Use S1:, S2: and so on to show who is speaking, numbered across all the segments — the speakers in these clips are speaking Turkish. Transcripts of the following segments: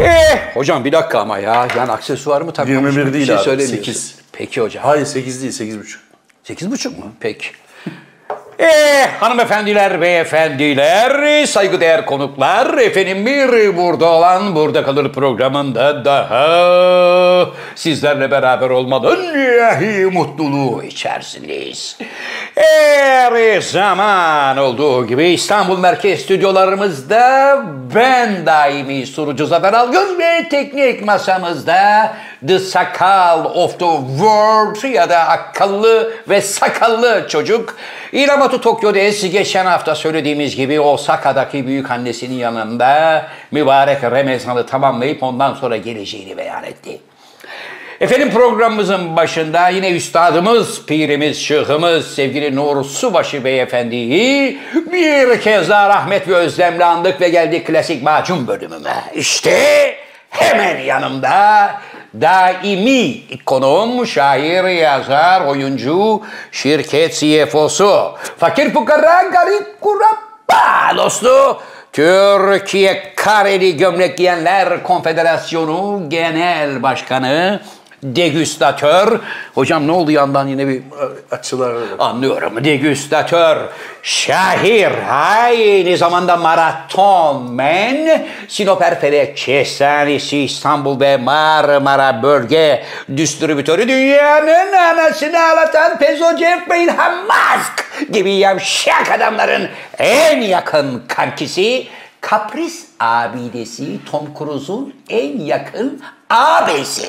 S1: Eh, hocam bir dakika ama ya. Yani aksesuar mı takmamış?
S2: 21
S1: mı? Bir
S2: değil
S1: şey
S2: abi,
S1: söylemiyorsun.
S2: sekiz.
S1: Peki hocam.
S2: Hayır 8 değil 8,5.
S1: Sekiz buçuk mu? Peki. Ee, hanımefendiler, beyefendiler, saygıdeğer konuklar, efendim bir burada olan Burada Kalır programında daha sizlerle beraber olmanın ilahi mutluluğu içerisindeyiz. Her zaman olduğu gibi İstanbul Merkez Stüdyolarımızda ben daimi sunucu Zafer Algöz ve teknik masamızda The Sakal of the World ya da akıllı ve sakallı çocuk İramato Tokyo'dayız. Geçen hafta söylediğimiz gibi Osaka'daki büyük annesinin yanında mübarek Ramazan'ı tamamlayıp ondan sonra geleceğini beyan etti. Efendim programımızın başında yine üstadımız, pirimiz, şıhımız, sevgili Nur Subaşı Beyefendi'yi bir kez daha rahmet ve özlemle andık ve geldik klasik macun bölümüne. İşte hemen yanımda daimi konuğum, şair, yazar, oyuncu, şirket CFO'su. Fakir fukara garip kurabba dostu. Türkiye Kareli Gömlek Giyenler Konfederasyonu Genel Başkanı degüstatör. Hocam ne oldu yandan yine bir
S2: Açılar öyle.
S1: anlıyorum. Degüstatör, şahir, aynı zamanda maraton men, Sinop Erfelek Kestanesi İstanbul ve Marmara Bölge Distribütörü dünyanın anasını ağlatan Pezo Jeff Ham Musk gibi yavşak adamların en yakın kankisi Kapris abidesi Tom Cruise'un en yakın abisi.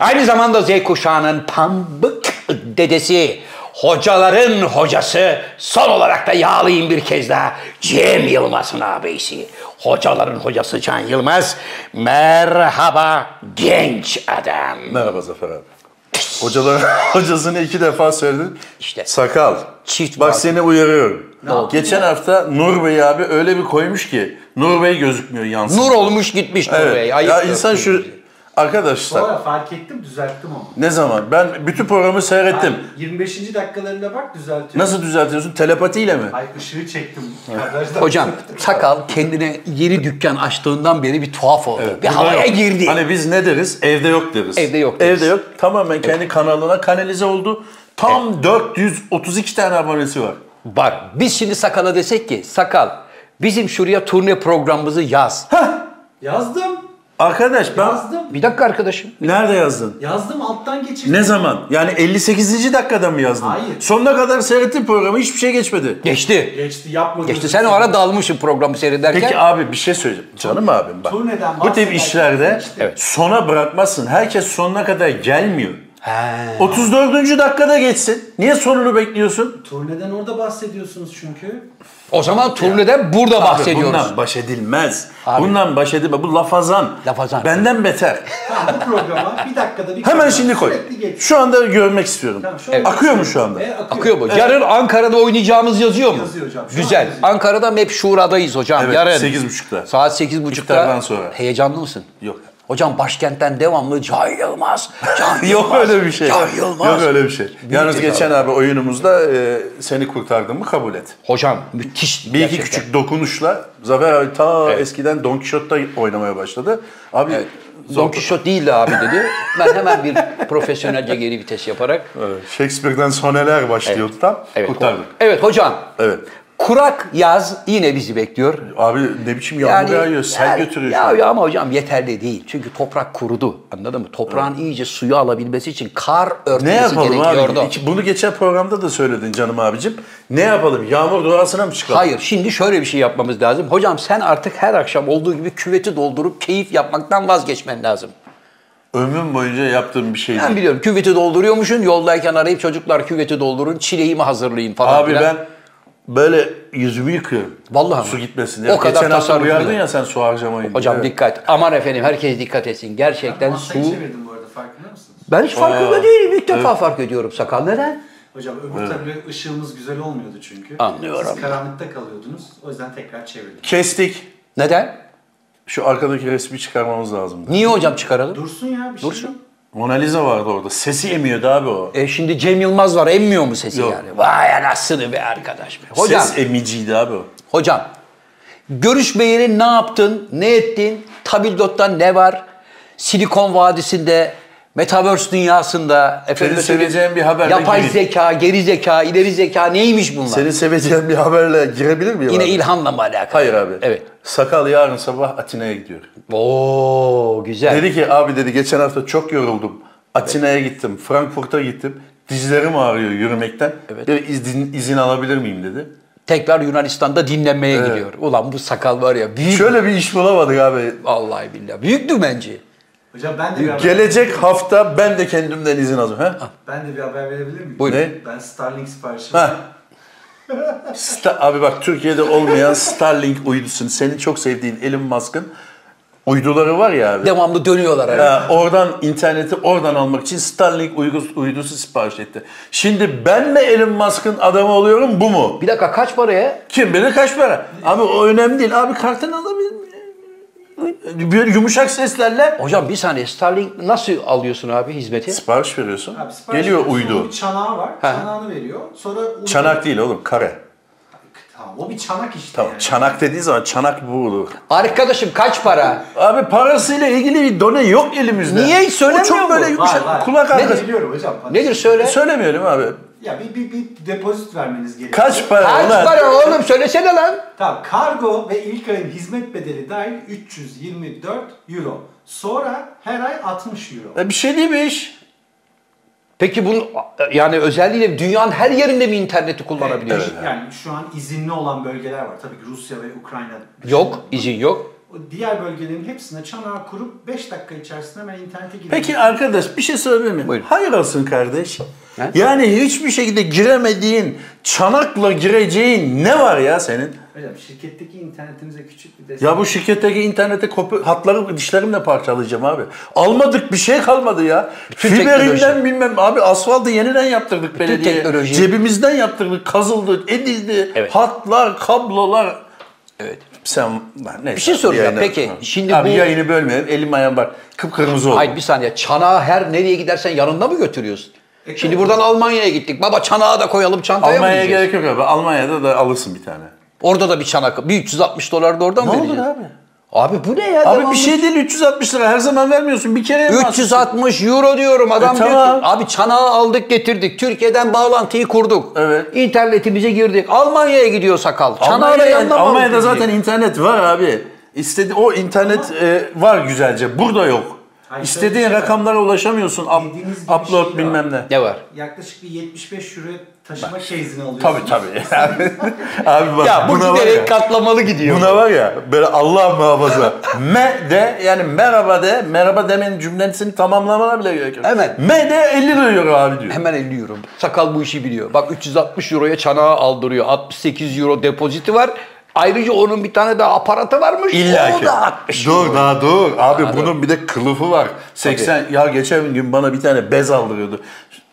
S1: Aynı zamanda Z kuşağının pambık dedesi, hocaların hocası, son olarak da yağlayayım bir kez daha Cem Yılmaz'ın ağabeyisi. Hocaların hocası Can Yılmaz, merhaba genç adam.
S2: Merhaba Zafer abi. Hocalar, hocasını iki defa söyledin.
S1: İşte.
S2: Sakal.
S1: Çift
S2: Bak
S1: var.
S2: seni uyarıyorum. Geçen hafta Nur Bey abi öyle bir koymuş ki Nur Bey gözükmüyor yansın.
S1: Nur olmuş gitmiş Nur
S2: Evet.
S1: Bey.
S2: ya
S1: ayıptır.
S2: insan şu
S3: Bu
S2: arkadaşlar
S3: arada fark ettim düzelttim onu.
S2: ne zaman ben bütün programı seyrettim.
S3: 25. dakikalarına bak düzeltiyorum.
S2: Nasıl düzeltiyorsun? Telepatiyle mi?
S3: Ay ışığı çektim. Arkadaşlar.
S1: Hocam sakal kendine yeni dükkan açtığından beri bir tuhaf oldu. bir
S2: Burada
S1: havaya
S2: yok.
S1: girdi.
S2: Hani biz ne deriz? Evde yok deriz.
S1: Evde yok deriz.
S2: Evde yok. Tamamen kendi kanalına kanalize oldu. Tam 432 tane abonesi var.
S1: Bak biz şimdi sakala desek ki sakal bizim şuraya turne programımızı yaz.
S3: Yazdım.
S2: Arkadaş ben
S3: Yazdım.
S1: Bir dakika arkadaşım.
S2: nerede yazdın?
S3: Yazdım alttan geçirdim.
S2: Ne zaman? Yani 58. dakikada mı yazdın?
S3: Hayır.
S2: Sonuna kadar seyrettim programı. Hiçbir şey geçmedi.
S1: Geçti.
S3: Geçti yapma.
S1: Geçti.
S3: gözünü
S1: Sen o
S3: seveyim.
S1: ara dalmışsın programı seyrederken.
S2: Peki abi bir şey söyleyeceğim. Canım abim bak.
S3: Turneden
S2: Bu tip
S3: bahsederken
S2: işlerde
S3: işte.
S1: Evet.
S2: sona bırakmazsın. Herkes sonuna kadar gelmiyor.
S1: He.
S2: 34. dakikada geçsin. Niye sonunu bekliyorsun?
S3: Turneden orada bahsediyorsunuz çünkü.
S1: O zaman turnede burada
S2: Abi
S1: bahsediyoruz.
S2: Bundan baş edilmez.
S1: Abi.
S2: Bundan baş edilmez. Bu lafazan.
S1: Lafazan.
S2: Benden beter.
S3: Tamam bu programa bir dakikada bir
S2: Hemen
S3: kere
S2: şimdi koy.
S3: Sürekli geç.
S2: Şu anda görmek istiyorum.
S3: Tamam, şu anda-
S2: Akıyor mu şu anda?
S3: E, akıyor.
S1: Akıyor mu? Yarın Ankara'da oynayacağımız yazıyor mu?
S3: Yazıyor hocam. Şu an
S1: Güzel.
S3: yazıyor.
S1: Ankara'da Mep Şura'dayız hocam
S2: Evet,
S1: yarın.
S2: 8.30'da.
S1: Saat 8.30'da.
S2: İftardan sonra.
S1: Heyecanlı mısın?
S2: Yok.
S1: Hocam başkentten devamlı Can Yılmaz. Can
S2: Yok
S1: Yılmaz,
S2: öyle bir şey.
S1: Can Yılmaz.
S2: Yok öyle bir şey. Yalnız
S1: ceza.
S2: geçen abi oyunumuzda e, seni kurtardığımı kabul et.
S1: Hocam müthiş.
S2: Bir iki küçük dokunuşla Zafer abi ta
S1: Evet.
S2: eskiden Don Quixote'da oynamaya başladı. Abi
S1: Don Quixote değildi abi dedi. Ben hemen bir profesyonelce geri vites yaparak.
S2: Evet, Shakespeare'den soneler başlıyordu tam.
S1: Evet,
S2: Kurtardık.
S1: Evet hocam.
S2: Evet.
S1: Kurak yaz yine bizi bekliyor.
S2: Abi ne biçim yağmur yağıyor, sel
S1: yani-
S2: götürüyor.
S1: Ya, ya ama hocam yeterli değil. Çünkü toprak kurudu. Anladın mı? Toprağın iyice suyu alabilmesi için kar
S2: Ne
S1: örtmesi
S2: yapalım
S1: gerekiyordu.
S2: abi? İki- Bunu geçen programda da söyledin canım abicim. Ne yapalım? Yağmur doğasına mı çıkalım?
S1: Hayır, şimdi şöyle bir şey yapmamız lazım. Hocam sen artık her akşam olduğu gibi küveti doldurup keyif yapmaktan vazgeçmen lazım.
S2: Ömrüm boyunca yaptığım bir şey değil.
S1: Ben biliyorum küveti dolduruyormuşsun. Yoldayken arayıp çocuklar küveti doldurun, çileği mi hazırlayın falan
S2: Abi
S1: filan.
S2: ben böyle yüzümü yıkıyorum.
S1: Vallahi mi?
S2: Su gitmesin diye.
S1: O kadar
S2: Geçen hafta
S1: tasarruflu.
S2: uyardın ya sen su harcamayın diye.
S1: Hocam
S2: Evet.
S1: dikkat. Aman efendim herkes dikkat etsin. Gerçekten su...
S3: Masayı çevirdim bu arada farkında mısınız?
S1: Ben hiç farkında
S2: Aa,
S1: değilim. İlk defa fark ediyorum sakal. Neden?
S3: Hocam öbür türlü ışığımız güzel olmuyordu çünkü.
S1: Anlıyorum.
S3: Siz karanlıkta kalıyordunuz. O yüzden tekrar çevirdim.
S2: Kestik.
S1: Neden?
S2: Şu arkadaki resmi çıkarmamız lazımdı.
S1: Niye hocam çıkaralım?
S3: Dursun ya bir şey.
S1: Dursun.
S3: yok.
S2: Mona Lisa vardı orada. Sesi emiyordu abi o.
S1: E şimdi Cem Yılmaz var emmiyor mu sesi
S2: Yok.
S1: yani? Vay anasını be arkadaş be. Hocam,
S2: e- Ses emiciydi abi o.
S1: hocam görüşmeyeli ne yaptın, ne ettin? Tabildot'tan ne var? Silikon Vadisi'nde, Metaverse dünyasında efendim söyleyeyim,
S2: seveceğin bir haberle
S1: yapay
S2: gireyim.
S1: zeka, geri zeka, ileri zeka neymiş bunlar?
S2: Seni seveceğim bir haberle girebilir miyim
S1: Yine
S2: abi?
S1: ilhamla mı alakalı?
S2: Hayır abi.
S1: Evet.
S2: Sakal yarın sabah Atina'ya gidiyor.
S1: Oo güzel.
S2: Dedi ki abi dedi geçen hafta çok yoruldum. Atina'ya gittim, Frankfurt'a gittim. Dizlerim ağrıyor yürümekten.
S1: Evet.
S2: Bir izin, izin alabilir miyim dedi.
S1: Tekrar Yunanistan'da dinlenmeye gidiyor. Ulan bu sakal var ya büyük.
S2: Şöyle bir iş bulamadık abi.
S1: Vallahi billahi. Büyük dümenci.
S3: Hocam ben de bir haber,
S2: Gelecek hafta ben de kendimden izin alacağım. Ha?
S3: ben de bir haber verebilir miyim?
S1: Buyurun.
S2: Ne?
S3: Ben Starlink siparişi
S2: Ha. Sta- abi bak Türkiye'de olmayan Starlink uydusun. Senin çok sevdiğin Elon Musk'ın uyduları var ya abi.
S1: Devamlı dönüyorlar herhalde.
S2: Ha, oradan interneti oradan almak için Starlink uygus- uydusu sipariş etti. Şimdi ben mi Elon Musk'ın adamı oluyorum bu mu?
S1: Bir dakika kaç paraya?
S2: Kim bilir kaç para? Abi o önemli değil. Abi kartını alabilir miyim? Böyle yumuşak seslerle
S1: Hocam bir saniye Starlink nasıl alıyorsun abi hizmeti?
S2: sipariş veriyorsun.
S3: Abi sipariş
S2: Geliyor
S3: veriyorsun,
S2: uydu.
S3: onun Bir çanağı var. Çanağını veriyor. Sonra uydu-
S2: Çanak değil oğlum kare.
S3: Tamam o bir çanak işte.
S2: Tamam
S3: yani.
S2: çanak dediğin zaman çanak bu olur.
S1: Arkadaşım kaç para?
S2: Abi parasıyla ilgili bir done yok elimizde.
S1: Niye hiç söylemiyor
S2: O
S1: bu?
S2: çok böyle
S1: Var,
S2: yumuşak
S3: var.
S2: kulak
S3: Ben
S2: arkası.
S3: biliyorum hocam.
S1: Nedir söyle?
S2: Söylemeyelim abi.
S3: Ya bir, bir, bir depozit vermeniz gerekiyor.
S2: Kaç para
S1: kaç
S2: ulan?
S1: para oğlum söylesene lan.
S3: Tamam kargo ve ilk ayın hizmet bedeli dahil 324 euro. Sonra her ay 60 euro.
S2: E, bir şey değil mi iş?
S1: Peki bunun yani özelliğiyle dünyanın her yerinde mi interneti kullanabiliyorsun?
S3: Evet, Yani şu an izinli olan bölgeler var. Tabii ki Rusya ve Ukrayna. dışında.
S1: Yok izin yok.
S3: O diğer bölgelerin hepsine çanağı kurup 5 dakika içerisinde hemen internete girebiliyor.
S2: Peki arkadaş bir şey sorabilir miyim?
S1: Buyurun.
S2: Hayır olsun kardeş.
S1: Ne?
S2: Yani hiçbir şekilde giremediğin, çanakla gireceğin ne var ya senin?
S3: Hocam şirketteki internetimize küçük bir destek.
S2: Ya bu şirketteki internete kopu, hatları dişlerimle parçalayacağım abi. Almadık bir şey kalmadı ya.
S1: Bütün teknoloji.
S2: Fiberinden bilmem abi asfaltı yeniden yaptırdık belediye.
S1: teknoloji.
S2: Cebimizden yaptırdık, kazıldı, edildi.
S1: Evet.
S2: Hatlar, kablolar.
S1: Evet.
S2: Sen lan neyse.
S1: Bir şey soracağım,
S2: Yayını-
S1: peki. Şimdi
S2: abi
S1: bu-
S2: yayını bölmeyelim. Elim ayağım bak kıpkırmızı oldu.
S1: Hayır bir saniye çanağı her nereye gidersen yanında mı götürüyorsun?
S3: E,
S1: Şimdi
S3: tabii.
S1: buradan Almanya'ya gittik. Baba çanağı da koyalım çantaya mı
S2: Almanya'ya
S1: diyeceğiz?
S2: gerek yok abi. Almanya'da da alırsın bir tane.
S1: Orada da bir çanak. Bir 360 dolar da oradan
S2: Ne
S1: vereceğiz.
S2: olur abi?
S1: Abi bu ne ya?
S2: Abi
S1: Devamlı
S2: bir şey değil 360 lira her zaman vermiyorsun. Bir kere mi
S1: 360 euro diyorum adam
S2: E,
S1: diyor ki,
S2: tamam.
S1: abi çanağı aldık getirdik Türkiye'den bağlantıyı kurduk
S2: Evet.
S1: internetimize girdik Almanya'ya gidiyor sakal çanağı da
S2: Almanya'da,
S1: yanına mı
S2: Almanya'da
S1: aldın
S2: zaten
S1: diye.
S2: internet var abi. İstedi o internet e, var güzelce. Burada yok.
S3: Hayır, şöyle
S2: İstediğin
S3: bir şey var.
S2: rakamlara ulaşamıyorsun. Up-
S3: Dediğiniz gibi
S2: upload
S3: şey var.
S2: bilmem ne.
S1: ne var
S3: Yaklaşık bir 75 euro taşıma şeyzini alıyorsunuz.
S2: Tabii tabii. abi bak
S1: ya bu
S2: buna var
S1: giderek
S2: ya.
S1: katlamalı gidiyor
S2: Buna var ya böyle Allah muhafaza. me de yani merhaba de. Merhaba demenin cümlesini tamamlamana bile gerek yok.
S1: Hemen.
S2: Me de 50 lira euro abi diyor.
S1: hemen 50 euro sakal bu işi biliyor bak 360 euroya çanağı aldırıyor 68 euro depoziti var ayrıca onun bir tane daha aparatı varmış
S2: İlla
S1: o
S2: ki.
S1: da 60
S2: Dur
S1: euro.
S2: daha dur. Abi bunun bir de kılıfı var. 80 ya geçen gün bana bir tane bez aldırıyordu.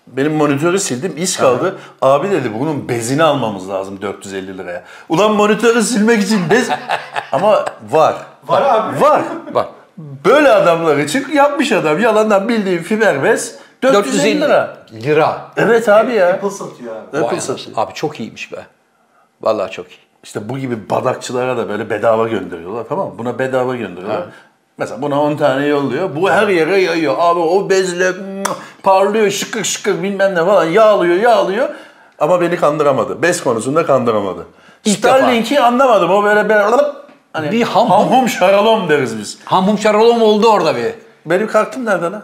S2: Benim monitörü sildim, iş kaldı. Abi dedi bunun bezini almamız lazım 450 liraya. Ulan monitörü silmek için bez... Ama var.
S3: Var abi.
S2: Var.
S1: Var.
S2: Böyle adamlar için yapmış adam. Yalandan bildiğin fiber bez 450 lira.
S1: lira
S2: Evet abi ya.
S3: Apple satıyor abi.
S1: Vay
S2: Apple
S1: anasını.
S2: satıyor.
S1: abi çok iyiymiş be vallahi çok iyi
S2: İşte bu gibi badakçılara da böyle bedava gönderiyorlar tamam mı? Buna bedava gönderiyorlar. Mesela buna 10 tane yolluyor. Bu her yere yayıyor. Abi o bezle mm, parlıyor şıkır şıkır bilmem ne falan yağlıyor yağlıyor. Ama beni kandıramadı. Bez konusunda kandıramadı.
S1: İlk
S2: Starlink'i anlamadım. O böyle böyle hani
S1: Bir ham-
S2: ham hum şaralom deriz biz.
S1: hamum şaralom oldu orada bir
S2: Benim kartım nerede lan?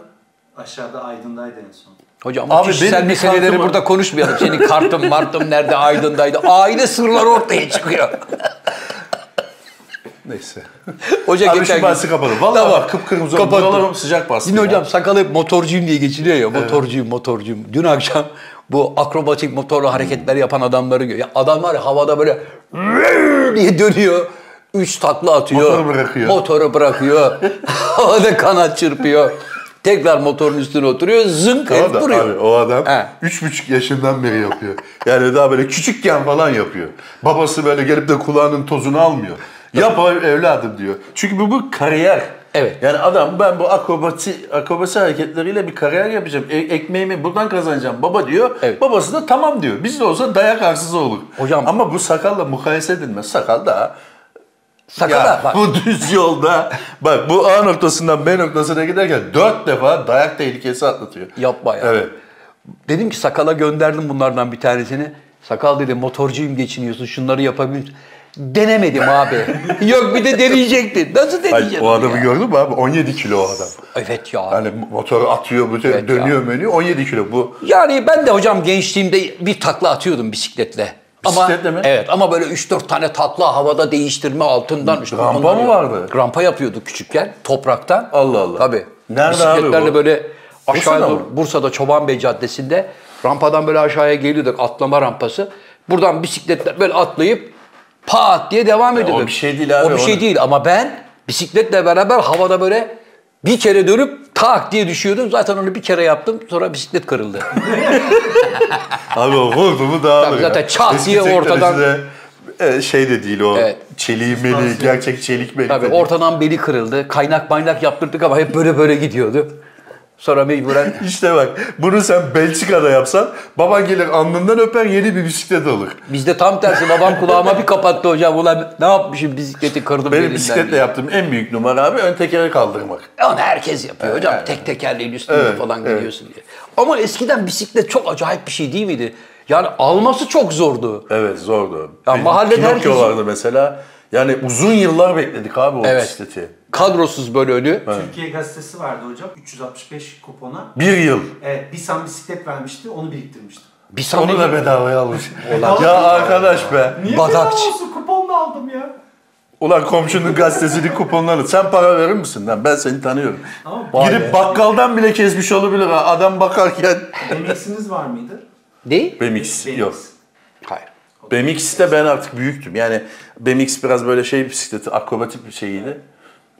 S3: Aşağıda Aydın'daydı en son.
S1: Hocam
S2: Abi
S1: Abi kişisel
S2: benim bir
S1: meseleleri
S2: kartım var.
S1: burada konuşmayalım. Senin kartın martın nerede aydındaydı. Aile sırları ortaya çıkıyor.
S2: Neyse.
S1: Hoca
S2: Abi
S1: geçen
S2: şu
S1: gün-
S2: bahsi kapalı. Vallahi
S1: Tamam.
S2: bak kıpkırmızı oldu.
S1: Kapattım.
S2: Buralarım sıcak bastı.
S1: Yine
S2: ya.
S1: hocam sakalı hep motorcuyum diye geçiliyor ya. Motorcuyum, motorcuyum. Dün akşam bu akrobatik motorla hareketler yapan adamları gör. Ya adamlar havada böyle diye dönüyor. Üç takla atıyor.
S2: Motoru bırakıyor.
S1: Motoru bırakıyor. havada kanat çırpıyor. Tekrar motorun üstüne oturuyor. Zınk
S2: Tamam
S1: hep
S2: da
S1: duruyor.
S2: abi o adam
S1: He.
S2: üç buçuk yaşından beri yapıyor. Yani daha böyle küçükken falan yapıyor. Babası böyle gelip de kulağının tozunu almıyor. Yap abi evladım diyor. Çünkü bu, bu kariyer.
S1: Evet.
S2: Yani adam ben bu akrobasi, akrobasi hareketleriyle bir kariyer yapacağım. E- ekmeğimi buradan kazanacağım baba diyor.
S1: Evet.
S2: Babası da tamam diyor. Biz de olsa dayak arsızı olur.
S1: Hocam-
S2: Ama bu sakalla mukayese edilmez. Sakal daha
S1: Sakala
S2: Ya,
S1: bak.
S2: bu düz yolda bak bu A noktasından B noktasına giderken dört defa dayak tehlikesi atlatıyor.
S1: Yapma ya.
S2: Evet.
S1: Dedim ki sakala gönderdim bunlardan bir tanesini. Sakal dedi motorcuyum geçiniyorsun şunları yapabilirsin. Denemedim abi. Yok bir de deneyecektin. Nasıl
S2: Ay,
S1: deneyeceksin?
S2: o adamı
S1: ya?
S2: gördün mü abi? 17 kilo o adam.
S1: Evet ya.
S2: Hani motoru atıyor, bütün
S1: Evet ya.
S2: dönüyor menü 17 kilo bu.
S1: Yani ben de hocam gençliğimde bir takla atıyordum bisikletle.
S2: Bisikletle mi?
S1: Evet ama böyle 3-4 tane takla havada değiştirme altından. işte
S2: Rampa
S1: bunlar
S2: mı
S1: yok.
S2: vardı?
S1: Rampa yapıyorduk küçükken topraktan.
S2: Allah Allah.
S1: Tabii.
S2: Nerede
S1: Bisikletlerle
S2: abi bu?
S1: böyle aşağıya
S2: Bursa'da
S1: doğru.
S2: mı?
S1: Bursa'da Çoban Bey Caddesi'nde rampadan böyle aşağıya geliyorduk atlama rampası. Buradan bisikletler böyle atlayıp pat diye devam ediyorduk.
S2: bir şey değil abi,
S1: O bir şey
S2: onu-
S1: değil ama ben bisikletle beraber havada böyle bir kere dönüp tak diye düşüyordum. Zaten onu bir kere yaptım. Sonra bisiklet kırıldı.
S2: Abi o vurdu mu dağılır.
S1: Tabii
S2: ya.
S1: zaten çat
S2: Eski
S1: diye
S2: teknolojide,
S1: ortadan-
S2: e, şey de değil o.
S1: Evet.
S2: Çeliği meli, gerçek çelik meli.
S1: Tabii
S2: de değil.
S1: ortadan beli kırıldı. Kaynak maynak yaptırdık ama hep böyle böyle gidiyordu. Sonra mecburen
S2: İşte bak bunu sen Belçika'da yapsan baban gelir alnından öper yeni bir bisiklet alır.
S1: bizde tam tersi babam kulağıma bir kapattı hocam. Ulan ne yapmışım bisikleti kırdım
S2: Benim
S1: belimden
S2: bisikletle
S1: diye.
S2: yaptığım en büyük numara abi ön tekeri kaldırmak.
S1: Onu herkes yapıyor hocam. Tek tekerleğin üstünde
S2: Evet,
S1: falan
S2: evet.
S1: gidiyorsun diye. Ama eskiden bisiklet çok acayip bir şey değil miydi? Yani alması çok zordu.
S2: Evet zordu.
S1: Ya
S2: Benim
S1: mahallede
S2: Pinokyo
S1: herkes-
S2: vardı mesela. Yani uzun yıllar bekledik abi o
S1: Evet.
S2: bisikleti.
S1: Kadrosuz böyle önü.
S3: Türkiye gazetesi vardı hocam. 365 kupona.
S2: Bir yıl.
S3: Evet, bir sam bisiklet vermişti, onu biriktirmiştim.
S1: Bir
S2: Onu da
S1: saniye
S2: bedavaya almış.
S3: Ulan.
S2: ya arkadaş be.
S3: Niye
S1: Badakçı.
S3: bedava olsun? Kuponla aldım ya.
S2: Ulan komşunun gazetesini kuponlarını. Sen para verir misin lan? Ben seni tanıyorum.
S3: Ama
S2: Gidip bakkaldan bile kesmiş olabilir ha. Adam bakarken.
S3: BMX'iniz var mıydı?
S1: değil.
S2: BMX yok.
S1: Hayır.
S2: BMX'te ben artık büyüktüm. Yani BMX biraz böyle şey bisikleti, akrobatik bir şeydi.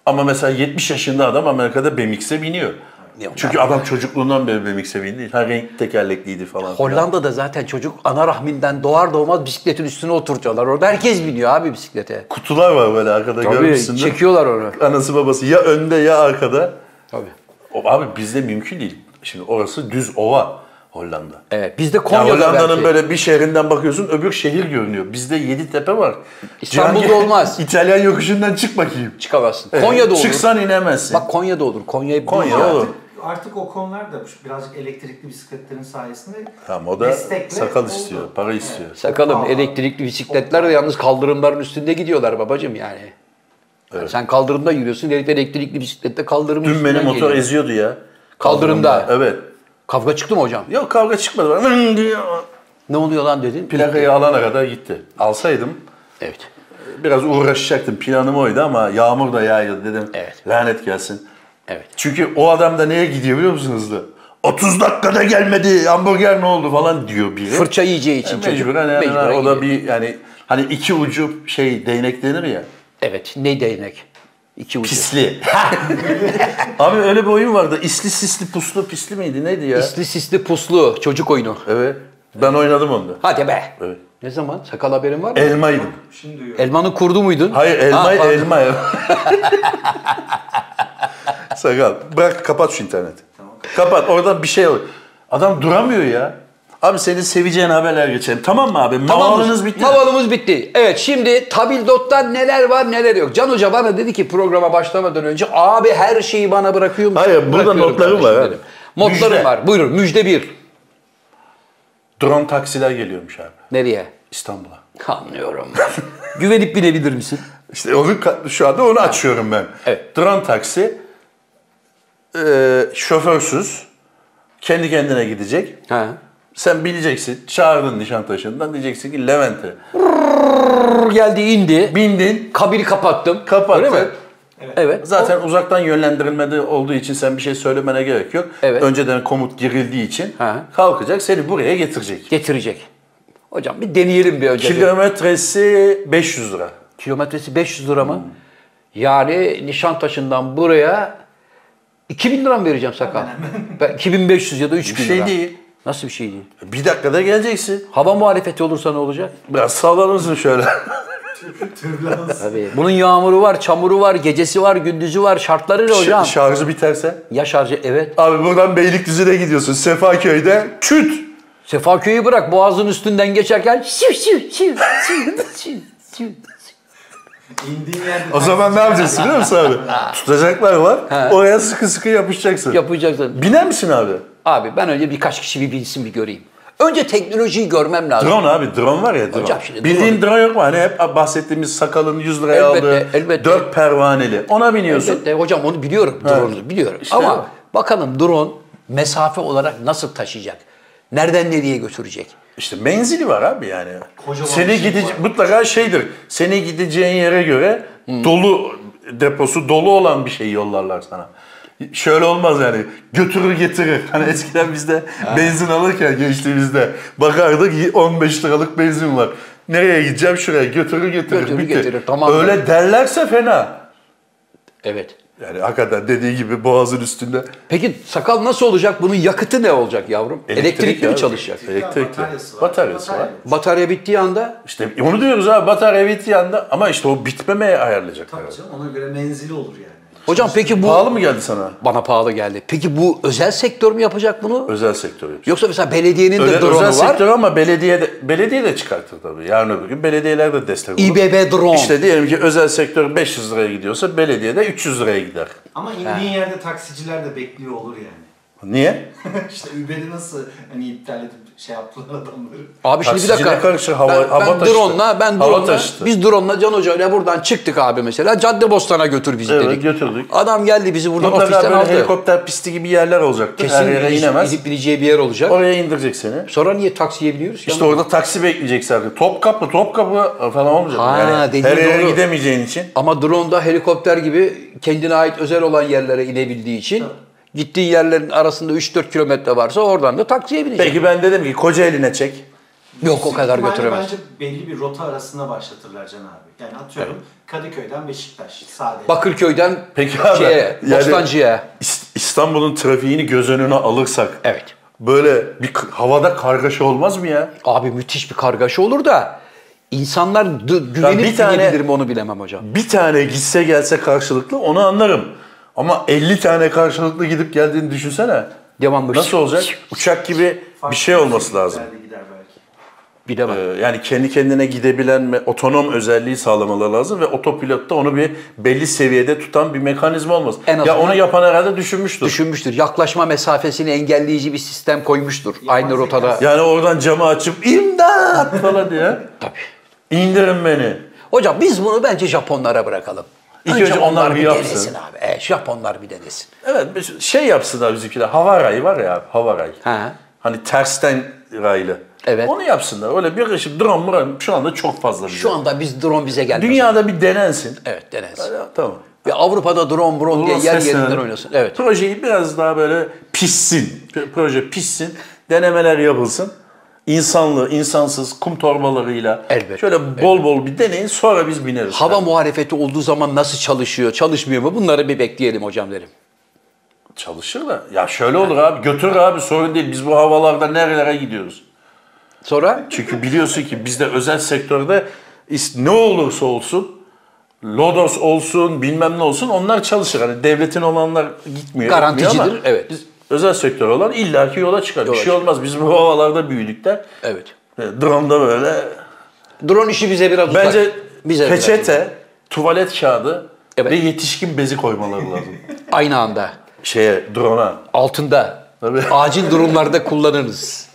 S2: Ama mesela 70 yaşında adam Amerika'da BMX'e biniyor.
S1: Ne onlar?
S2: Çünkü adam çocukluğundan beri BMX'e bindi. Her renk tekerlekliydi falan. filan.
S1: Hollanda'da zaten çocuk ana rahminden doğar doğmaz bisikletin üstüne oturtuyorlar. Orada herkes biniyor abi bisiklete.
S2: Kutular var böyle arkada
S1: Tabii
S2: görmüşsündür.
S1: çekiyorlar onu.
S2: Anası babası ya önde ya arkada.
S1: Tabii.
S2: O, abi bizde mümkün değil. Şimdi orası düz ova Hollanda.
S1: Evet. Bizde
S2: Ya
S1: E, Konya'da
S2: Hollanda'nın
S1: belki.
S2: böyle bir şehrinden bakıyorsun öbür şehir görünüyor. Bizde yedi tepe var.
S1: İstanbul'da
S2: Cihangir-
S1: olmaz.
S2: İtalyan yokuşundan çık bakayım.
S1: çıkamazsın.
S2: Evet,
S1: Konya'da olur.
S2: Çıksan inemezsin.
S1: Bak Konya'da olur. Konya'yı
S2: Konya
S1: bilmiyorum.
S2: olur.
S3: Artık o konular da birazcık elektrikli bisikletlerin sayesinde
S2: Tamam o da
S3: destekle
S2: sakal
S3: oldu.
S2: istiyor, para istiyor.
S1: Sakalım
S3: Aa.
S1: elektrikli bisikletler de yalnız kaldırımların üstünde gidiyorlar babacım yani. Yani Sen kaldırımda yürüyorsun. Herif elektrikli bisiklette kaldırımın
S2: Dün beni
S1: üstünden
S2: motor
S1: geliyor.
S2: eziyordu ya.
S1: Kaldırımda.
S2: Evet.
S1: Kavga çıktı mı hocam?
S2: Yok kavga çıkmadı. Ben "Hın" diyor.
S1: Ne oluyor lan dedin.
S2: Plakayı alana kadar gitti. Alsaydım
S1: Evet.
S2: biraz uğraşacaktım. Planım oydu ama yağmur da yağıyordu dedim.
S1: Evet.
S2: Lanet gelsin.
S1: Evet.
S2: Çünkü o adam da neye gidiyor biliyor musunuz da? 30 dakikada gelmedi, hamburger ne oldu falan diyor biri.
S1: Fırça yiyeceği için
S2: E, Mecburen,
S1: çocuk.
S2: yani
S1: mecburen
S2: o da
S1: gidiyor.
S2: bir yani hani iki ucu şey değnek denir ya.
S1: Evet. Ne değnek? İki ucu.
S2: Pisli. Abi öyle bir oyun vardı. İsli sisli puslu pisli miydi neydi ya?
S1: Sisli sisli puslu çocuk oyunu.
S2: Evet. Ben oynadım onu.
S1: Hadi be.
S2: Evet.
S1: Ne zaman? Sakal haberin var mı?
S2: Elmaydım.
S3: Şimdi duyuyorum.
S1: Elmanın kurdu muydun?
S2: Hayır
S1: Ha,
S2: elma
S1: pardon.
S2: elma. Sakal bırak kapat şu interneti. Kapat oradan bir şey al. Adam duramıyor ya. Abi senin seveceğin haberler geçelim. Tamam mı abi? Mavalınız bitti. mi?
S1: Mavalımız bitti. Evet şimdi Tabildot'tan neler var neler yok. Can Hoca bana dedi ki programa başlamadan önce abi her şeyi bana bırakıyor musun?
S2: Hayır, burada
S1: Bırakıyorum
S2: notlarım
S1: kardeşim"
S2: var
S1: dedim.
S2: abi.
S1: Notlarım
S2: Müjde.
S1: var. Buyurun müjde bir.
S2: Drone taksiler geliyormuş abi
S1: Nereye?
S2: İstanbul'a.
S1: Anlıyorum. Güvenip binebilir misin?
S2: İşte onu ka- şu anda onu açıyorum ben.
S1: Evet.
S2: Drone taksi e, şoförsüz kendi kendine gidecek.
S1: Ha.
S2: Sen bileceksin. Çağırdın Nişantaşı'ndan diyeceksin ki Levent'e.
S1: Brrr geldi indi.
S2: Bindin.
S1: Kabiri kapattım.
S2: Kapattı.
S1: Öyle mi?
S3: Evet.
S1: Evet.
S2: Zaten uzaktan yönlendirilmede olduğu için sen bir şey söylemene gerek yok.
S1: Evet.
S2: Önceden komut girildiği için
S1: Ha.
S2: kalkacak seni buraya getirecek.
S1: Getirecek. Hocam bir deneyelim bir önce.
S2: Kilometresi 500 lira.
S1: Kilometresi 500 lira mı? Hmm. Yani Nişantaşı'ndan buraya 2000 lira mı vereceğim sakal? Ben 2500 ya da 3000
S2: Bir şey
S1: lira.
S2: değil.
S1: Nasıl bir şey değil?
S2: Bir dakikada geleceksin.
S1: Hava muhalefeti olursa ne olacak?
S2: Biraz sallanırsın şöyle?
S3: Türlans.
S1: Tabii. Bunun yağmuru var, çamuru var, gecesi var, gündüzü var. Şartları ne hocam?
S2: Ş- Şarjı biterse.
S1: ya şarjı evet.
S2: Abi buradan Beylikdüzü'ne gidiyorsun. Sefaköy'de küt.
S1: Sefaköy'ü bırak boğazın üstünden geçerken şiv şiv şiv şiv şiv şiv.
S3: İndiğin yerde...
S2: O zaman ne yapacaksın biliyor musun abi? Tutacaklar var. Oraya sıkı sıkı yapışacaksın.
S1: Yapacaksın.
S2: Biner misin abi?
S1: Abi ben önce birkaç kişi bir bilsin bir göreyim. Önce teknolojiyi görmem lazım.
S2: Drone abi drone var ya drone.
S1: Hocam şimdi
S2: Bildiğin drone yok mu? Hani hep bahsettiğimiz sakalın 100 liraya
S1: Elbette,
S2: aldığı
S1: elbette.
S2: 4 pervaneli. Ona biniyorsun.
S1: Evet, evet, E, hocam onu biliyorum. Drone'u biliyorum.
S2: İşte
S1: Ama
S2: o.
S1: bakalım drone mesafe olarak nasıl taşıyacak? Nereden nereye götürecek?
S2: İşte menzili var abi yani.
S3: Kocaman bir
S2: seni
S3: şey
S2: gidece
S3: var.
S2: mutlaka şeydir. Seni gideceğin yere göre
S1: Hmm.
S2: dolu deposu dolu olan bir şey yollarlar sana. Şöyle olmaz yani. Götürür getirir. Hani eskiden bizde benzin alırken gençliğimizde bakardık 15 liralık benzin var. Nereye gideceğim şuraya götürür getirir.
S1: Götürür
S2: bitti.
S1: getirir, tamam.
S2: Öyle derlerse fena.
S1: Evet.
S2: Yani hakikaten dediği gibi boğazın üstünde.
S1: Peki sakal nasıl olacak? Bunun yakıtı ne olacak yavrum? Elektrikli mi
S2: abi.
S1: çalışacak?
S2: Elektrikli.
S3: Bataryası var.
S2: Bataryası var.
S3: Batarya.
S1: Batarya bittiği anda
S2: İşte onu diyoruz abi batarya bittiği anda ama işte o bitmemeye ayarlayacaklar.
S3: Tabii canım ona göre menzili olur yani.
S1: hocam peki bu
S2: Pahalı mı geldi sana?
S1: bana pahalı geldi. Peki bu özel sektör mü yapacak bunu?
S2: Özel sektör yapıyor.
S1: Yoksa mesela belediyenin de
S2: Öyle
S1: drone'u
S2: özel
S1: var.
S2: sektör ama belediye de, belediye de çıkartır tabii. Yarın öbür gün belediyeler de destek olur.
S1: İBB drone.
S2: İşte diyelim ki özel sektör 500 liraya gidiyorsa belediye de 300 liraya gider.
S3: Ama indiğin yerde taksiciler de bekliyor olur yani.
S2: Niye?
S3: işte Uber'i nasıl hani iptal edip şey yaptılar adamları.
S1: Abi şimdi bir
S2: Taksici
S1: dakika.
S2: ne karışır? Hava-
S1: ben,
S2: hava
S1: ben
S2: taşıtı.
S1: drone'la ben
S2: Hava
S1: drone'la
S2: taşıtı.
S1: biz drone'la Can Hoca ile buradan çıktık abi mesela. Caddebostan'a götür bizi
S2: Evet,
S1: dedik.
S2: götürdük.
S1: Adam geldi bizi buradan
S2: Mutlaka
S1: ofisten
S2: böyle
S1: aldı.
S2: helikopter pisti gibi yerler olacaktır. Her
S1: Kesin
S2: yere
S1: gidip-
S2: inemez.
S1: gidip bineceği bir yer olacak.
S2: Oraya indirecek seni.
S1: Sonra niye taksiye biniyoruz?
S2: İşte orada taksi bekleyeceksin. artık. Topkapı, Topkapı falan olmayacak.
S1: Ha,
S2: yani
S1: dediğin
S2: her yere
S1: doğru.
S2: gidemeyeceğin için.
S1: Ama drone da helikopter gibi kendine ait özel olan yerlere inebildiği için gittiği yerlerin arasında 3-4 kilometre varsa oradan da taksiye binecek.
S2: Peki ben dedim ki koca eline çek.
S1: Yok o kadar
S3: İhtimalle
S1: götüremez.
S3: Bence belli bir rota arasında başlatırlar Can abi. Yani atıyorum Kadıköy'den Beşiktaş sadece.
S1: Bakırköy'den
S2: Peki abi,
S1: şeye,
S2: yani-
S1: Bostancı'ya.
S2: İs- İstanbul'un trafiğini göz önüne alırsak
S1: Evet.
S2: böyle bir k- havada kargaşa olmaz mı ya?
S1: Abi müthiş bir kargaşa olur da insanlar d- güvenip
S2: bir tane-
S1: gidebilir mi onu bilemem hocam.
S2: Bir tane gitse gelse karşılıklı onu anlarım. Ama 50 tane karşılıklı gidip geldiğini düşünsene.
S1: Devamlı
S2: Nasıl olacak? Uçak gibi bir
S3: Farklı
S2: şey olması lazım.
S3: şekillerde Gider belki.
S1: bilemem.
S2: Ee, Yani kendi kendine gidebilen ve otonom özelliği sağlamaları lazım ve otopilotta onu bir belli seviyede tutan bir mekanizma olmaz.
S1: En
S2: ya
S1: azından-
S2: onu yapan herhalde düşünmüştür.
S1: Düşünmüştür. Yaklaşma mesafesini engelleyici bir sistem koymuştur. Aynı rotada.
S2: yani oradan camı açıp imdat falan diye.
S1: Tabii.
S2: İndirin beni.
S1: Hocam biz bunu bence Japonlara bırakalım.
S2: İlk önce onlar bir yapsın.
S1: denesin abi. Evet, Japonlar bir denesin.
S2: Evet bir şey yapsınlar bizimkiler. Hava rayı var ya abi, hava rayı.
S1: Ha.
S2: Hani tersten raylı.
S1: Evet.
S2: Onu yapsınlar. Öyle bir şimdi drone muran şu anda çok fazla. bize.
S1: Şu anda biz drone bize gelmez.
S2: Dünyada bir denensin.
S1: Evet denensin.
S2: Öyle, Tamam.
S1: Ve Avrupa'da drone drone diye
S2: Ulan
S1: yer
S2: seslenelim.
S1: yerinden oynasın. Evet.
S2: Projeyi biraz daha böyle pissin. P- Proje pissin. Denemeler yapılsın. İnsanlı, insansız kum torbalarıyla
S1: Elbette,
S2: şöyle bol bol bir deneyin sonra biz bineriz.
S1: Hava
S2: Yani
S1: muhalefeti olduğu zaman nasıl çalışıyor, çalışmıyor mu bunları bir bekleyelim hocam derim.
S2: çalışır da. Ya şöyle olur abi götür abi sorun değil. Biz bu havalarda nerelere gidiyoruz?
S1: Sonra
S2: Çünkü biliyorsun ki bizde özel sektörde is- ne olursa olsun Lodos olsun bilmem ne olsun onlar çalışır. Hani devletin olanlar gitmiyor.
S1: Garanticidir,
S2: etmiyor ama
S1: evet.
S2: Biz özel sektör olan illaki yola çıkar.
S1: Yola
S2: bir şey
S1: çıkar.
S2: olmaz. Biz bu havalarda büyüdük de.
S1: evet.
S2: e, Drone'da böyle.
S1: Drone işi bize biraz uzak.
S2: Bence
S1: bize biraz
S2: peçete,
S1: uzak.
S2: tuvalet kağıdı
S1: Evet.
S2: ve yetişkin bezi koymaları lazım.
S1: aynı anda
S2: Şeye, drone'a.
S1: altında
S2: Tabii.
S1: acil durumlarda kullanırız.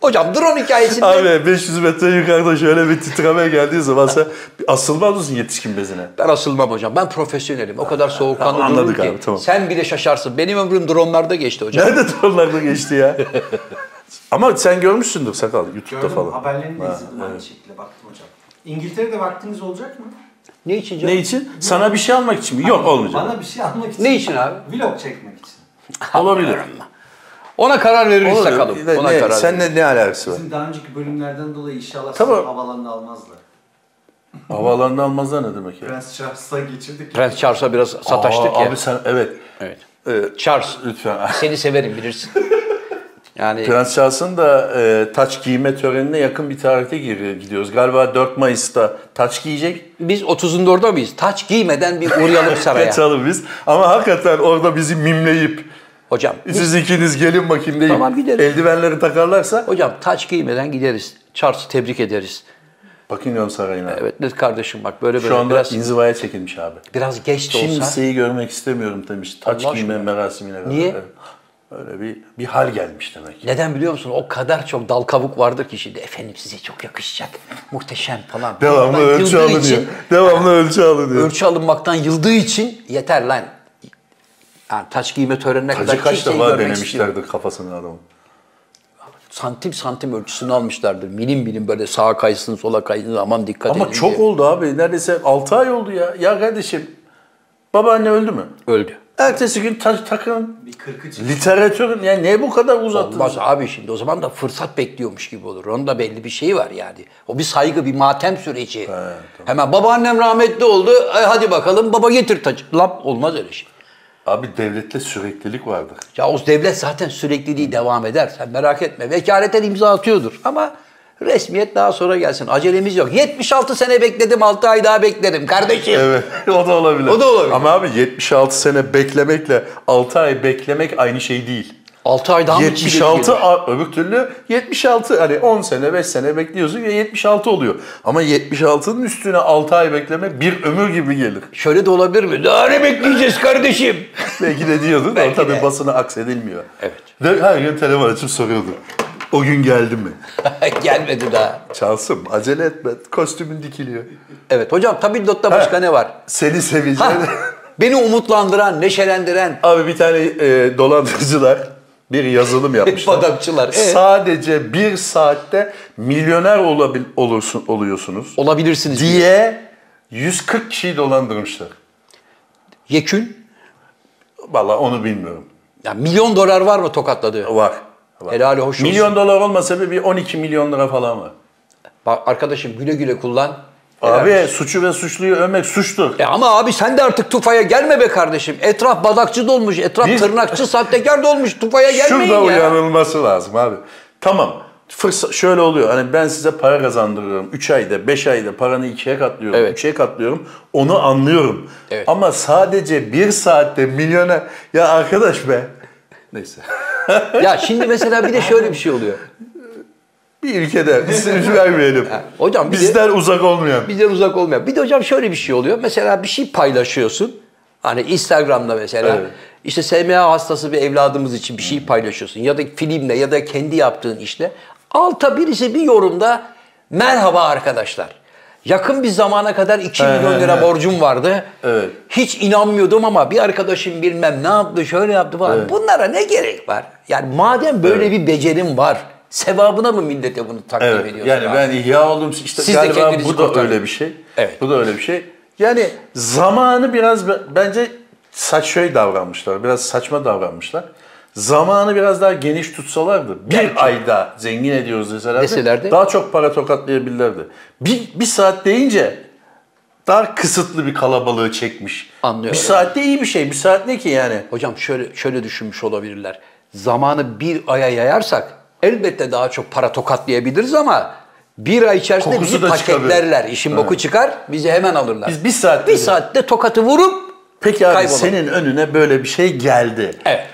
S1: Hocam drone hikayesinde
S2: Abi 500 metre yukarıda şöyle bir titreme geldiği zaman sen asılmaz mısın yetişkin bezine?
S1: ben asılmam hocam. Ben profesyonelim. O kadar soğukkanlı
S2: Tamam,
S1: dururum
S2: anladık
S1: ki.
S2: abi, tamam.
S1: Sen bile şaşarsın. Benim ömrüm dronlarda geçti hocam.
S2: Nerede torunlarla geçti ya? Ama sen görmüşsündür sakal YouTube'da
S3: Gördüm
S2: falan.
S3: haberlerini de izledim
S2: Ha,
S3: aynı
S2: evet.
S3: şekilde baktım hocam. İngiltere'de vaktiniz olacak mı?
S1: Ne için canım?
S2: Ne için? Sana bir şey almak için mi? Yok olmayacak.
S3: Bana bir şey almak için.
S1: Ne için abi?
S3: Vlog çekmek için.
S2: Olabilir.
S1: Ona karar veririz
S2: Olabilir.
S1: sakalım.
S2: Ne-
S1: Ona
S2: ne-
S1: karar veririz.
S2: Seninle ne alakası var?
S3: Bizim daha önceki bölümlerden dolayı inşallah
S2: Tamam.
S3: sizi havalanına almazlar.
S2: Havaalanında almazlar ne demek ya?
S3: Prens Charles'a geçirdik.
S1: Prens Charles'a biraz sataştık
S2: Aa,
S1: ya.
S2: Abi sen evet.
S1: Evet.
S2: Ee,
S1: Charles
S2: lütfen.
S1: seni severim bilirsin. Yani
S2: Prens Charles'ın da e, taç giyme törenine yakın bir tarihte gir- gidiyoruz. Galiba 4 Mayıs'ta taç giyecek.
S1: biz 30'unda orada mıyız? Taç giymeden bir uğrayalım saraya.
S2: Kaçalım biz. Ama hakikaten orada bizi mimleyip
S1: Hocam.
S2: siz ikiniz gelin bakayım deyip
S1: Tamam, gideriz.
S2: eldivenleri takarlarsa
S1: Hocam taç giymeden gideriz. Charles'ı tebrik ederiz.
S2: Buckingham Sarayı'na.
S1: Evet dedi kardeşim bak böyle böyle
S2: Şu anda
S1: biraz
S2: inzivaya çekilmiş abi.
S1: biraz geç de olsa.
S2: Kimseyi görmek istemiyorum demiş. Taç
S1: Allah
S2: giyme merasimine kadar.
S1: Niye?
S2: Evet. Öyle bir bir hal gelmiş demek.
S1: Neden biliyor musun? O kadar çok dal kabuk vardır ki şimdi efendim size çok yakışacak. Muhteşem falan.
S2: Devamlı
S1: Bunlardan
S2: ölçü
S1: yıldığı
S2: alınıyor.
S1: için-
S2: Devamlı ölçü alınıyor.
S1: ölçü alınmaktan yıldığı için yeter lan. Yani taç giyme törenine
S2: Hacı
S1: kadar
S2: kaç
S1: kimseyi
S2: defa
S1: görmek istemiyorum.
S2: denemişlerdir kafasını adamın.
S1: Santim santim ölçüsünü almışlardır. Milim milim böyle sağa kaysın, sola kaysın aman dikkat edin
S2: Ama çok
S1: diye.
S2: oldu abi. Neredeyse 6 ay oldu ya. Ya kardeşim babaanne öldü mü?
S1: Öldü.
S2: Ertesi gün ta- takın
S3: Bir kırkı çıktı.
S2: literatürün yani ne bu kadar uzattınız?
S1: Olmaz abi şimdi o zaman da fırsat bekliyormuş gibi olur. Onun da belli bir şeyi var yani. O bir saygı, bir matem süreci. Hemen babaannem rahmetli oldu. E, hadi bakalım baba getir tacı. Lap olmaz öyle şey.
S2: Abi devlette süreklilik vardır.
S1: Ya o devlet zaten sürekliliği devam eder. Sen merak etme. Vekaleten imza atıyordur. Ama resmiyet daha sonra gelsin. Acelemiz yok. 76 sene bekledim, 6 ay daha bekledim kardeşim.
S2: Evet o da olabilir.
S1: O da olabilir.
S2: Ama abi 76 sene beklemekle 6 ay beklemek aynı şey değil.
S1: 6 ay daha mı çileli
S2: 76
S1: diyor?
S2: a- öbür türlü 76 hani 10 sene 5 sene bekliyorsun ve 76 oluyor. Ama 76'nın üstüne 6 ay beklemek bir ömür gibi gelir.
S1: Şöyle de olabilir mi? Daha ne bekleyeceğiz kardeşim?
S2: Belki de diyordu da
S1: Belki
S2: tabii
S1: de.
S2: basına aksedilmiyor.
S1: Evet.
S2: Ve her gün telefon açıp soruyordu. O gün geldi mi?
S1: Gelmedi daha.
S2: Çalsın acele etme kostümün dikiliyor.
S1: Evet hocam tabildotta başka ne var?
S2: Seni
S1: Ha,
S2: seveceğim.
S1: beni umutlandıran, neşelendiren
S2: Abi bir tane e, dolandırıcılar bir yazılım yapmışlar.
S1: Badakçılar, ee?
S2: Sadece bir saatte milyoner olabil, olursun, oluyorsunuz
S1: olabilirsiniz. diye.
S2: diye 140 kişiyi dolandırmışlar.
S1: Yekün.
S2: Vallahi onu bilmiyorum.
S1: Ya milyon dolar var mı tokatladı?
S2: Var. var.
S1: Helali hoş olsun.
S2: Milyon dolar olmasa bile bir 12 milyon lira falan var.
S1: Bak arkadaşım güle güle kullan.
S2: Abi suçu ve suçluyu övmek suçtur.
S1: E ama abi sen de artık Tufa'ya gelme be kardeşim. Etraf badakçı dolmuş, etraf
S2: Biz-
S1: tırnakçı, sahtekar dolmuş. Tufa'ya gelmeyin
S2: Şurada
S1: ya.
S2: uyanılması lazım abi. Tamam. Fırsat şöyle oluyor. Hani ben size para kazandırıyorum. 3 ayda, 5 ayda paranı ikiye katlıyorum,
S1: Evet.
S2: üçe katlıyorum. Onu anlıyorum.
S1: Evet.
S2: Ama sadece bir saatte milyona ya arkadaş be. Neyse.
S1: Ya şimdi mesela bir de şöyle bir şey oluyor.
S2: Bir ülkede isim vermeyelim.
S1: hocam bir de-
S2: bizden uzak olmayan.
S1: Bizden uzak olmayan. Bir de hocam şöyle bir şey oluyor. Mesela bir şey paylaşıyorsun. Hani Instagram'da mesela.
S2: Evet. Hmm.
S1: işte SMA hastası bir evladımız için bir şey paylaşıyorsun. Ya da filmle ya da kendi yaptığın işte. Alta birisi bir yorumda merhaba arkadaşlar. Yakın bir zamana kadar 2 milyon lira borcum vardı.
S2: Evet.
S1: Hiç inanmıyordum ama bir arkadaşım bilmem ne yaptı, şöyle yaptı falan. Bunlara ne gerek var? Yani madem böyle bir becerim var, sevabına mı millete bunu takdim
S2: Evet.
S1: ediyorsun?
S2: Yani
S1: abi?
S2: ben ihya oldum. İşte
S1: Siz de
S2: galiba
S1: kendinizi
S2: bu da
S1: kurtarın.
S2: öyle bir şey.
S1: Evet.
S2: Bu da öyle bir şey. Yani zamanı biraz be- bence saç şöyle davranmışlar. Biraz saçma davranmışlar. Zamanı biraz daha geniş tutsalardı bir ayda zengin ediyoruz deselerdi,
S1: Deselerdi.
S2: daha çok para tokatlayabilirlerdi. Bir, bir saat deyince daha kısıtlı bir kalabalığı çekmiş.
S1: Anlıyorum.
S2: Bir saatte iyi bir şey. Bir saat ne ki yani?
S1: Hocam şöyle şöyle düşünmüş olabilirler. Zamanı bir aya yayarsak elbette daha çok para tokatlayabiliriz ama bir ay içerisinde
S2: Kokusu
S1: bizi
S2: da
S1: paketlerler.
S2: çıkabilir.
S1: İşin boku çıkar, bizi hemen alırlar.
S2: Biz bir saatte-
S1: Bir saatte tokatı vurup
S2: Peki abi
S1: Kaybolan.
S2: senin önüne böyle bir şey geldi.
S1: Evet.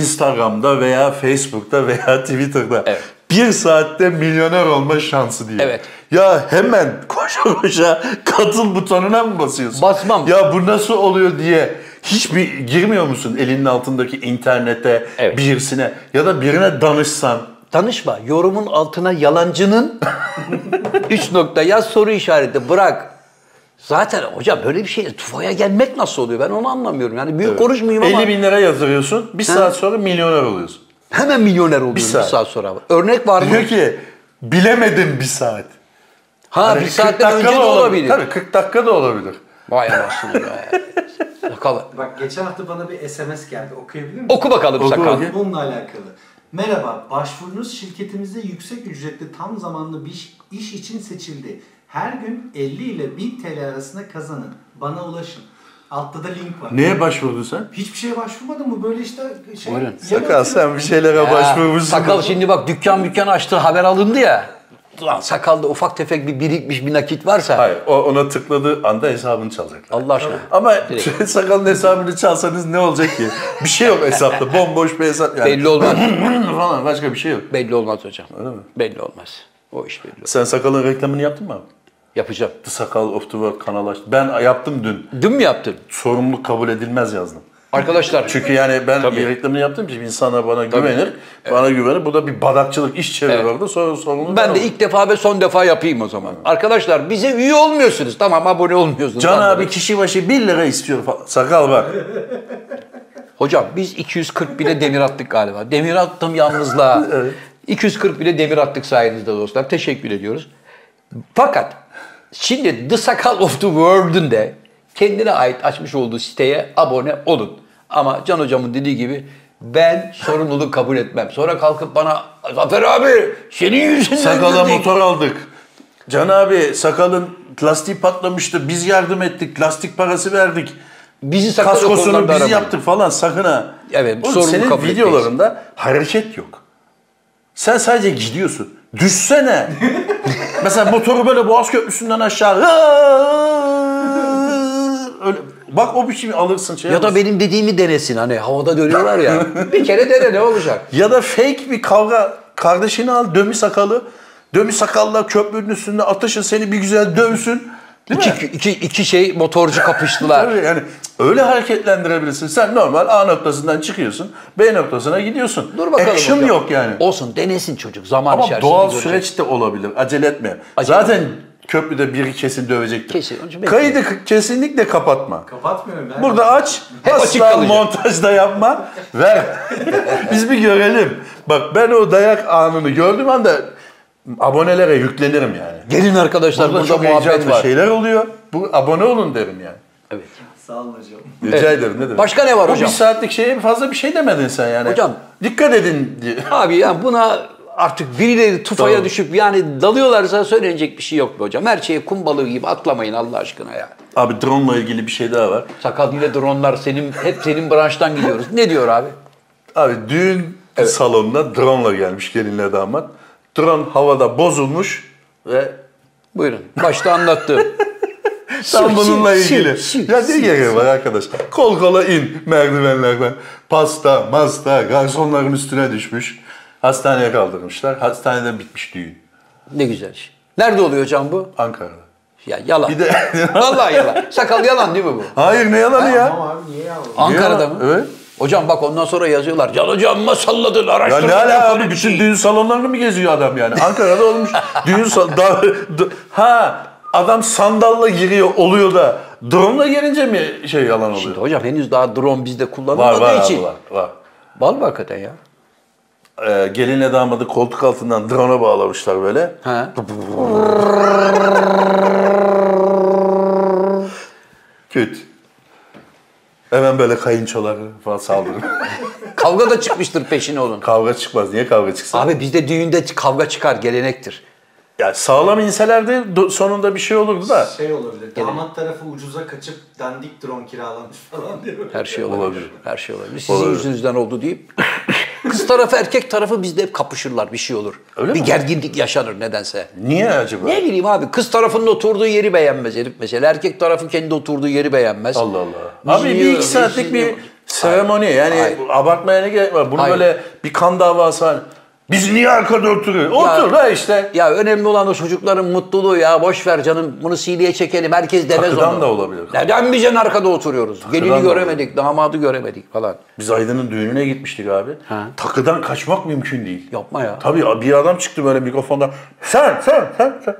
S2: Instagram'da veya Facebook'ta veya Twitter'da.
S1: Evet.
S2: Bir saatte milyoner olma şansı diye.
S1: Evet.
S2: Ya hemen koşa koşa katıl butonuna mı basıyorsun?
S1: Basmam.
S2: Ya bu nasıl oluyor diye hiçbir girmiyor musun elinin altındaki internete,
S1: Evet.
S2: birisine ya da birine danışsan?
S1: danışma. Yorumun altına yalancının 3 nokta yaz soru işareti bırak. Zaten hocam böyle bir şey tufaya gelmek nasıl oluyor? Ben onu anlamıyorum. Yani büyük konuşmayayım ama
S2: 50 bin lira yatırıyorsun, bir saat sonra milyoner oluyorsun.
S1: hemen milyoner oluyorum bir saat.
S2: saat.
S1: sonra. Örnek var mı?
S2: Diyor ki bilemedim bir saat.
S1: Ha
S2: Hani
S1: bir
S2: 40
S1: saatten
S2: dakika
S1: önce de
S2: da
S1: olabilir.
S2: Tabii 40 dakika da olabilir.
S1: Vay anasını be. Bakalım.
S3: Bak geçen hafta bana bir SMS geldi. Okuyabilir miyim?
S1: Oku bakalım
S2: Oku
S1: sakal.
S2: bakayım.
S3: Bununla alakalı. Merhaba, başvurunuz şirketimizde yüksek ücretli tam zamanlı bir iş için seçildi. Her gün 50 ile 1000 TL arasında kazanın. Bana ulaşın. Altta da link var.
S2: Neye başvurdun sen?
S3: Hiçbir şeye başvurmadım bu böyle işte şey.
S1: Buyurun.
S3: Yemek
S2: Sakal
S3: yiyorum.
S2: sen bir şeylere
S1: Ya,
S2: başvurmuşsun.
S1: Sakal şimdi bak dükkan dükkan açtı haber alındı ya. Ulan sakalda ufak tefek bir birikmiş bir nakit varsa
S2: Hayır, o ona tıkladığı anda hesabını çalacaklar.
S1: Allah aşkına.
S2: Ama sakalın hesabını çalsanız ne olacak ki? Bir şey yok hesapta. Bomboş bir hesap. Yani.
S1: Belli olmaz.
S2: falan başka bir şey yok.
S1: belli olmaz hocam. Belli olmaz. O iş belli olmaz.
S2: Sen sakalın reklamını yaptın mı abi?
S1: Yapacağım.
S2: The Sakal of the World kanal açtı. Ben yaptım dün.
S1: Dün mü yaptın?
S2: Sorumluluk kabul edilmez yazdım.
S1: Arkadaşlar
S2: Çünkü yani ben
S1: Tabii.
S2: reklamını yaptığım için insanlar bana güvenir. Bana güvenir. Bu da bir badakçılık iş çeviriyor orada. Sonra sorumluluğu
S1: ben de
S2: alırım.
S1: ilk defa ve son defa yapayım o zaman. Arkadaşlar bize üye olmuyorsunuz. Tamam abone olmuyorsunuz.
S2: Can
S1: Anladım.
S2: abi kişi başı 1 lira istiyor falan. Sakal bak.
S1: Hocam biz 240 bile demir attık galiba. Demir attım yalnızla. 240 bile demir attık sayenizde dostlar. Teşekkür ediyoruz. Fakat şimdi The Sakal of the World'un de kendine ait açmış olduğu siteye abone olun. Ama Can Hocam'ın dediği gibi ben sorumluluğu kabul etmem. Sonra kalkıp bana Zafer abi senin yüzünden
S2: Sakala
S1: dedik."
S2: motor aldık. Can abi sakalın lastiği patlamıştı. Biz yardım ettik. Lastik parası verdik.
S1: Bizi sakal
S2: Kaskosunu
S1: okulundan da
S2: biz
S1: aramayın.
S2: yaptık falan sakın ha.
S1: Evet,
S2: Oğlum
S1: sorumlu
S2: senin
S1: kabul etmeyiz.
S2: videolarında hareket yok. Sen sadece gidiyorsun. Düşsene. Mesela motoru böyle Boğaz Köprüsü'nden aşağı. Öyle. Bak o biçimi alırsın. Şey
S1: Ya da
S2: alırsın.
S1: benim dediğimi denesin hani havada dönüyorlar ya. bir kere dene ne olacak?
S2: ya da fake bir kavga. Kardeşini al dömi sakalı. Dömi sakallar köprünün üstünde atışın seni bir güzel dövsün. Değil mi?
S1: İki, iki, iki şey motorcu kapıştılar.
S2: Tabii yani öyle hareketlendirebilirsin. Sen normal A noktasından çıkıyorsun, B noktasına gidiyorsun.
S1: Dur bakalım
S2: Action
S1: hocam.
S2: yok yani.
S1: Olsun denesin çocuk zaman
S2: Ama
S1: içerisinde.
S2: doğal
S1: görecek.
S2: süreç de olabilir. Acele etme.
S1: Acele
S2: Zaten köprüde biri kesin dövecektir.
S1: Kesin, onun için bekliyorum.
S2: Kaydı k- kesinlikle kapatma.
S3: Kapatmıyorum ben.
S2: Burada aç,
S1: Hep açık
S2: asla
S1: kalacak.
S2: montajda yapma, ver. Biz bir görelim. Bak ben o dayak anını gördüğüm anda abonelere yüklenirim yani.
S1: Gelin arkadaşlar
S2: Burada
S1: burada,
S2: çok
S1: muhabbet
S2: heyecanlı şey.
S1: var.
S2: şeyler oluyor. Bu abone olun derim yani.
S1: Evet.
S3: Sağ olun hocam.
S2: Rica
S1: Evet.
S2: ederim ne demek.
S1: Başka ne var
S2: Bu
S1: hocam?
S2: bir saatlik şeye fazla bir şey demedin sen yani.
S1: Hocam.
S2: Dikkat edin diye.
S1: Abi ya buna artık birileri tufaya
S2: Tamam.
S1: düşüp yani dalıyorlarsa söylenecek bir şey yok be hocam. Her şeye kum balığı gibi atlamayın Allah aşkına ya.
S2: Abi drone ile ilgili bir şey daha var.
S1: Sakal ile dronlar senin hep senin branştan gidiyoruz. Ne diyor abi?
S2: Abi düğün salonuna drone ile gelmiş gelinle damat. Drone havada bozulmuş ve
S1: Buyurun. Başta anlattım.
S2: tam bununla
S1: sür,
S2: ilgili.
S1: sür,
S2: ya
S1: sür,
S2: ne gereği var arkadaş? Kol kola in merdivenlerden. Pasta, masta, garsonların üstüne düşmüş. Hastaneye kaldırmışlar. Hastanede bitmiş düğün.
S1: Ne güzel şey. Nerede oluyor hocam bu?
S2: Ankara'da.
S1: Ya yalan.
S2: Bir de
S1: Vallahi yalan. Sakal yalan değil mi bu?
S2: Hayır ne yalanı ya?
S3: Tamam abi niye yavrum?
S1: Ankara'da
S2: Yalan,
S1: mı?
S2: Evet.
S1: Hocam bak ondan sonra yazıyorlar. Can hocam mı salladın
S2: Ya
S1: araştırdın.
S2: ne ala abi
S1: falan.
S2: bütün düğün salonlarını mı geziyor adam yani? Ankara'da olmuş düğün salonu. ha adam sandalla giriyor oluyor da drone'la gelince mi şey yalan oluyor?
S1: Şimdi hocam henüz daha drone bizde
S2: Var
S1: kullanılmadığı
S2: var abi,
S1: için.
S2: var. var.
S1: Var mı hakikaten ya?
S2: Ee, gelinle damadı koltuk altından drone'a bağlamışlar böyle.
S1: Ha.
S2: Küt. Hemen böyle kayınçoları falan saldırır.
S1: Kavga da çıkmıştır peşine onun.
S2: kavga çıkmaz. Niye kavga çıksın?
S1: Abi bizde düğünde kavga çıkar gelenektir.
S2: Ya sağlam inselerdi do- sonunda bir şey olurdu da.
S3: Şey olabilir. Damat tarafı ucuza kaçıp dandik drone kiralamış falan diye böyle.
S1: Her şey olabilir.
S2: Olabilir.
S1: Her şey olabilir. Sizin
S2: Olabilir.
S1: yüzünüzden oldu deyip kız tarafı erkek tarafı bizde hep kapışırlar bir şey olur.
S2: Öyle
S1: bir
S2: mi?
S1: gerginlik yaşanır nedense.
S2: Niye acaba?
S1: Ne bileyim abi kız tarafının oturduğu yeri beğenmez herif mesela. Erkek tarafı kendi oturduğu yeri beğenmez.
S2: Allah Allah. Abi bir iki
S1: Bilmiyorum,
S2: saatlik bir
S1: bilmiyorum.
S2: seremoni yani
S1: Hayır.
S2: abartmaya ne gerek var? Bunu
S1: Hayır.
S2: böyle bir kan davası hani. Biz niye arkada oturuyoruz? Otur la işte.
S1: Ya önemli olan o çocukların mutluluğu ya. Boş ver canım. Bunu CD'ye çekelim. Herkes demez
S2: Takıdan
S1: onu.
S2: da olabilir.
S1: Neden biz en arkada oturuyoruz?
S2: da
S1: Gelini
S2: olabilir.
S1: göremedik, damadı göremedik falan.
S2: Biz Aydın'ın düğününe gitmiştik abi. Takıdan kaçmak mümkün değil.
S1: Yapma ya.
S2: Tabii bir adam çıktı böyle mikrofondan. Sen sen sen sen.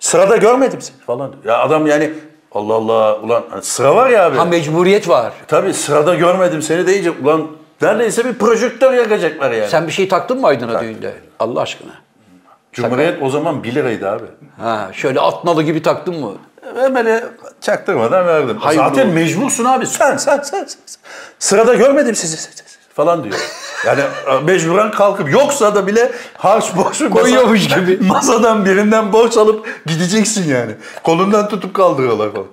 S2: Sırada görmedim seni falan. diyor. Ya adam yani Allah Allah ulan hani sıra var ya abi.
S1: Ha mecburiyet var.
S2: Tabii sırada görmedim seni deyince ulan neredeyse bir projektör yakacaklar yani.
S1: Sen bir şey taktın mı Aydın'a düğünde? Allah aşkına.
S2: Cumhuriyet o zaman 1 liraydı abi.
S1: Ha şöyle atnalı gibi taktın mı?
S2: Ömer'e çaktırmadan verdim.
S1: Hayır,
S2: Zaten
S1: bu-
S2: mecbursun abi. Sen, sen, sen, sen. sen. Sırada görmedim sizi sizi, sizi falan diyor. Yani e, mecburen kalkıp yoksa da bile harç borcu
S1: Koyuyormuş gibi.
S2: Masadan birinden borç alıp gideceksin yani. Kolundan tutup kaldırıyorlar falan.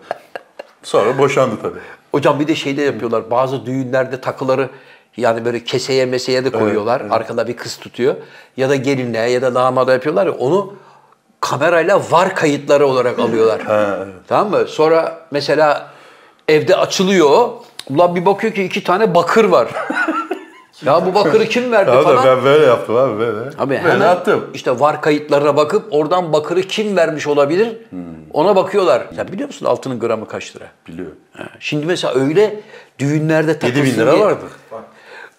S2: Sonra boşandı tabii.
S1: Hocam bir de şey de yapıyorlar. Bazı düğünlerde takıları yani böyle keseye meseye de koyuyorlar. Arkada bir kız tutuyor. Ya da gelinle ya da damada yapıyorlar ya onu kamerayla var kayıtları olarak alıyorlar. Tamam mı? Sonra mesela evde açılıyor. Ulan bir bakıyor ki iki tane bakır var. Ya bu bakırı kim verdi
S2: Abi
S1: E falan.
S2: ben böyle yaptım abi böyle.
S1: Abi
S2: böyle
S1: hemen
S2: attım.
S1: işte var kayıtlarına bakıp oradan bakırı kim vermiş olabilir
S2: Hmm.
S1: ona bakıyorlar. Sen biliyor musun altının gramı kaç lira?
S2: Biliyorum.
S1: Ha, Şimdi mesela öyle düğünlerde takılsın
S2: 7000 lira
S1: diye-
S2: vardı.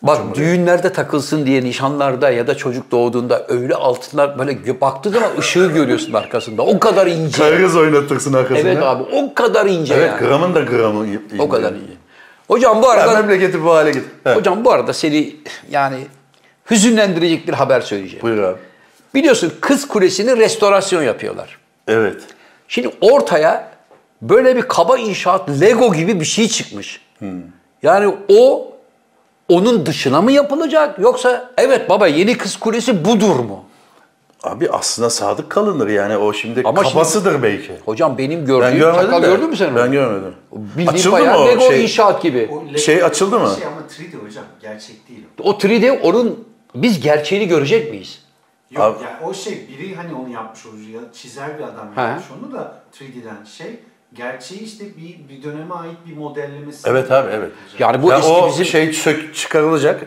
S1: Bak düğünlerde takılsın diye nişanlarda ya da çocuk doğduğunda öyle altınlar böyle gö- baktığın zaman ışığı görüyorsun arkasında. O kadar ince.
S2: Kargız oynatırsın arkasına.
S1: Evet abi o kadar ince
S2: Evet
S1: yani.
S2: gramın da gramı. iyi-
S1: O kadar
S2: iyi.
S1: ince. Hocam bu
S2: Ya
S1: arada
S2: memleketi bu hale git. He,
S1: hocam bu arada seni yani hüzünlendirecek bir haber söyleyeceğim.
S2: Buyur abi.
S1: Biliyorsun Kız Kulesi'ni restorasyon yapıyorlar.
S2: Evet.
S1: Şimdi ortaya böyle bir kaba inşaat Lego gibi bir şey çıkmış. Yani o onun dışına mı yapılacak yoksa evet baba yeni kız kulesi budur mu?
S2: Abi aslında sadık kalınır yani o şimdi
S1: Ama şimdi-
S2: kafasıdır belki.
S1: Hocam benim
S2: Ben
S1: gördüğüm
S2: görmedim
S1: sakal
S2: de.
S1: gördün mü sen onu?
S2: Ben görmedim.
S1: Bildiğin
S2: Açıldı
S1: bayağı
S2: mı o
S1: Lego
S2: şey?
S1: inşaat gibi.
S3: O
S2: Şey
S3: Lego
S2: açıldı mı?
S3: Şey ama 3D hocam. Gerçek değil o.
S1: O 3D onun biz gerçeğini görecek miyiz?
S3: Yok
S2: Abi-
S3: yani o şey biri hani onu yapmış olur ya çizer bir adam
S1: He.
S3: yapmış onu da 3D'den şey. Gerçeği işte bir, bir döneme ait bir modellemesi.
S2: Evet abi evet.
S1: Yani bu
S2: Ya
S1: eski
S2: o
S1: bizim
S2: şey sök çıkarılacak.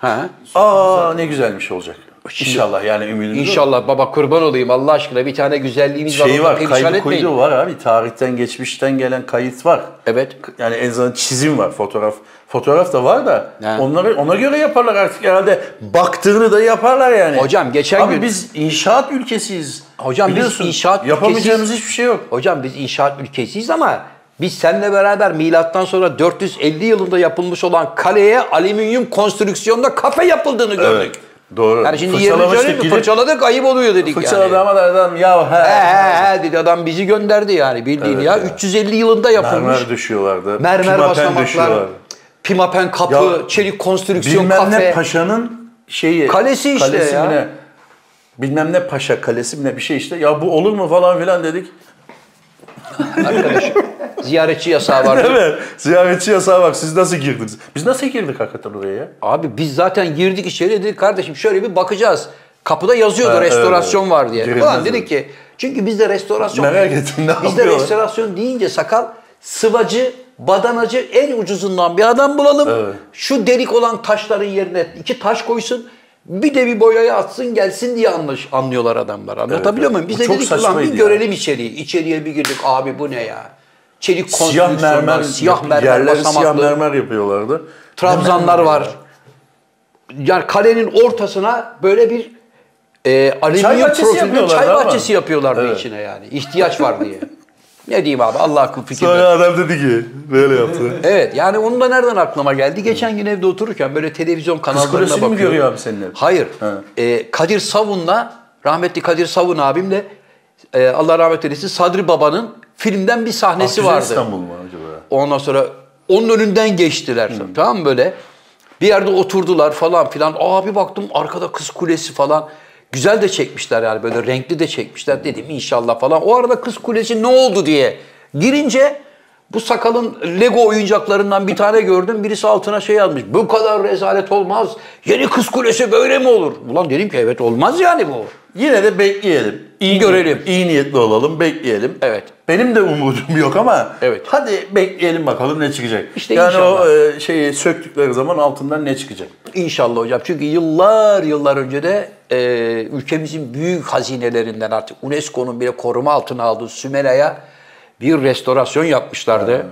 S1: ha.
S2: Aa ne güzelmiş olacak. İnşallah yani ümidimiz o.
S1: İnşallah baba kurban olayım Allah aşkına bir tane güzelliğimiz var.
S2: Şeyi
S1: ondan
S2: Şey var,
S1: perişan
S2: kaydı
S1: etmeyin.
S2: kuydu var abi. Tarihten, geçmişten gelen kayıt var.
S1: Evet.
S2: Yani en azından çizim var, fotoğraf. Fotoğraf da var da
S1: Ha.
S2: onları ona göre yaparlar artık herhalde. Baktığını da yaparlar yani.
S1: Hocam geçen
S2: Abi
S1: gün-
S2: biz inşaat ülkesiyiz.
S1: Hocam biz
S2: Biliyorsun,
S1: inşaat
S2: yapamayacağımız
S1: ülkesiyiz.
S2: hiçbir şey yok.
S1: Hocam biz inşaat ülkesiyiz ama biz seninle beraber milattan sonra 450 yılında yapılmış olan kaleye alüminyum konstrüksiyonda kafe yapıldığını gördük.
S2: Evet. Doğru.
S1: Yani şimdi
S2: Fırçalamıştık
S1: yerini mi?
S2: gidip-
S1: Fırçaladık ayıp oluyor dedik
S2: Fırçaladı
S1: yani.
S2: ama da adam ya he.
S1: He he he dedi adam bizi gönderdi yani bildiğin
S2: Evet
S1: ya.
S2: ya.
S1: 350 yılında yapılmış.
S2: Mermer düşüyorlardı.
S1: Mermer,
S2: pimapen
S1: basamaklar,
S2: düşüyorlardı.
S1: pimapen kapı,
S2: Ya,
S1: çelik konstrüksiyon
S2: Bilmem
S1: kafe.
S2: ne paşanın şeyi.
S1: Kalesi işte
S2: kalesi
S1: ya.
S2: mi ne? Bilmem ne paşa kalesi mi ne bir şey işte. Ya bu olur mu falan filan dedik.
S1: Arkadaşım ziyaretçi yasağı vardı.
S2: Evet. Ziyaretçi yasağı bak siz nasıl girdiniz? Biz nasıl girdik hakikaten oraya ya?
S1: Abi biz zaten girdik içeri dedik kardeşim şöyle bir bakacağız. Kapıda yazıyordu
S2: Ha, evet,
S1: restorasyon
S2: evet.
S1: var diye.
S2: Girilmez
S1: Ulan
S2: mi?
S1: dedik ki çünkü bizde restorasyon
S2: Merak ettim, ne
S1: Bizde
S2: yapıyorlar?
S1: restorasyon deyince sakal sıvacı, badanacı en ucuzundan bir adam bulalım.
S2: Evet.
S1: Şu delik olan taşların yerine iki taş koysun. Bir de bir boyaya atsın gelsin diye anlaş, anlıyorlar adamlar. Anlatabiliyor
S2: evet.
S1: muyum? Biz
S2: Bu
S1: de
S2: çok
S1: dedik ki, ulan bir
S2: saçmaydı ya."
S1: görelim içeriği. İçeriye bir girdik abi bu ne ya? Çelik
S2: Siyah
S1: konstrüksiyonlar,
S2: mermer,
S1: siyah mermer,
S2: yerleri siyah
S1: basamaklı.
S2: mermer yapıyorlardı.
S1: Trabzanlar
S2: Ne mermer
S1: var.
S2: ya?
S1: Yani kalenin ortasına böyle bir e,
S2: Çay
S1: alüminyum
S2: bahçesi
S1: profilde
S2: yapıyorlardı
S1: çay
S2: ama.
S1: bahçesi yapıyorlardı
S2: Evet.
S1: içine yani. İhtiyaç var diye. ne diyeyim abi Allah akıl fikir
S2: Sonra
S1: versin.
S2: adam dedi ki böyle yaptı.
S1: Evet yani onu da nereden aklıma geldi? Geçen gün evde otururken böyle televizyon kanallarına
S2: kulesini mi
S1: bakıyorum.
S2: görüyor abi senin ev?
S1: Hayır.
S2: Ha.
S1: E, Kadir Savun'la, rahmetli Kadir Savun abimle e, Allah rahmet eylesin Sadri Baba'nın filmden bir sahnesi
S2: Güzel
S1: vardı.
S2: İstanbul mu acaba?
S1: Ondan sonra onun önünden geçtiler. Tamam mı böyle? Bir yerde oturdular falan filan. Aa bir baktım arkada kız kulesi falan. Güzel de çekmişler yani böyle renkli de çekmişler dedim inşallah falan. O arada kız kulesi ne oldu diye girince bu sakalın Lego oyuncaklarından bir tane gördüm. Birisi altına şey yazmış. Bu kadar rezalet olmaz. Yeni kız kulesi böyle mi olur? Ulan dedim ki evet olmaz yani bu.
S2: Yine de bekleyelim. İyi
S1: Görelim.
S2: İyi niyetli olalım, bekleyelim.
S1: Evet.
S2: Benim de umudum yok ama
S1: Evet.
S2: hadi bekleyelim bakalım ne çıkacak.
S1: İşte
S2: yani
S1: inşallah.
S2: o e, şeyi söktükleri zaman altından ne çıkacak?
S1: İnşallah hocam. Çünkü yıllar yıllar önce de e, ülkemizin büyük hazinelerinden artık UNESCO'nun bile koruma altına aldığı Sümela'ya bir restorasyon yapmışlardı.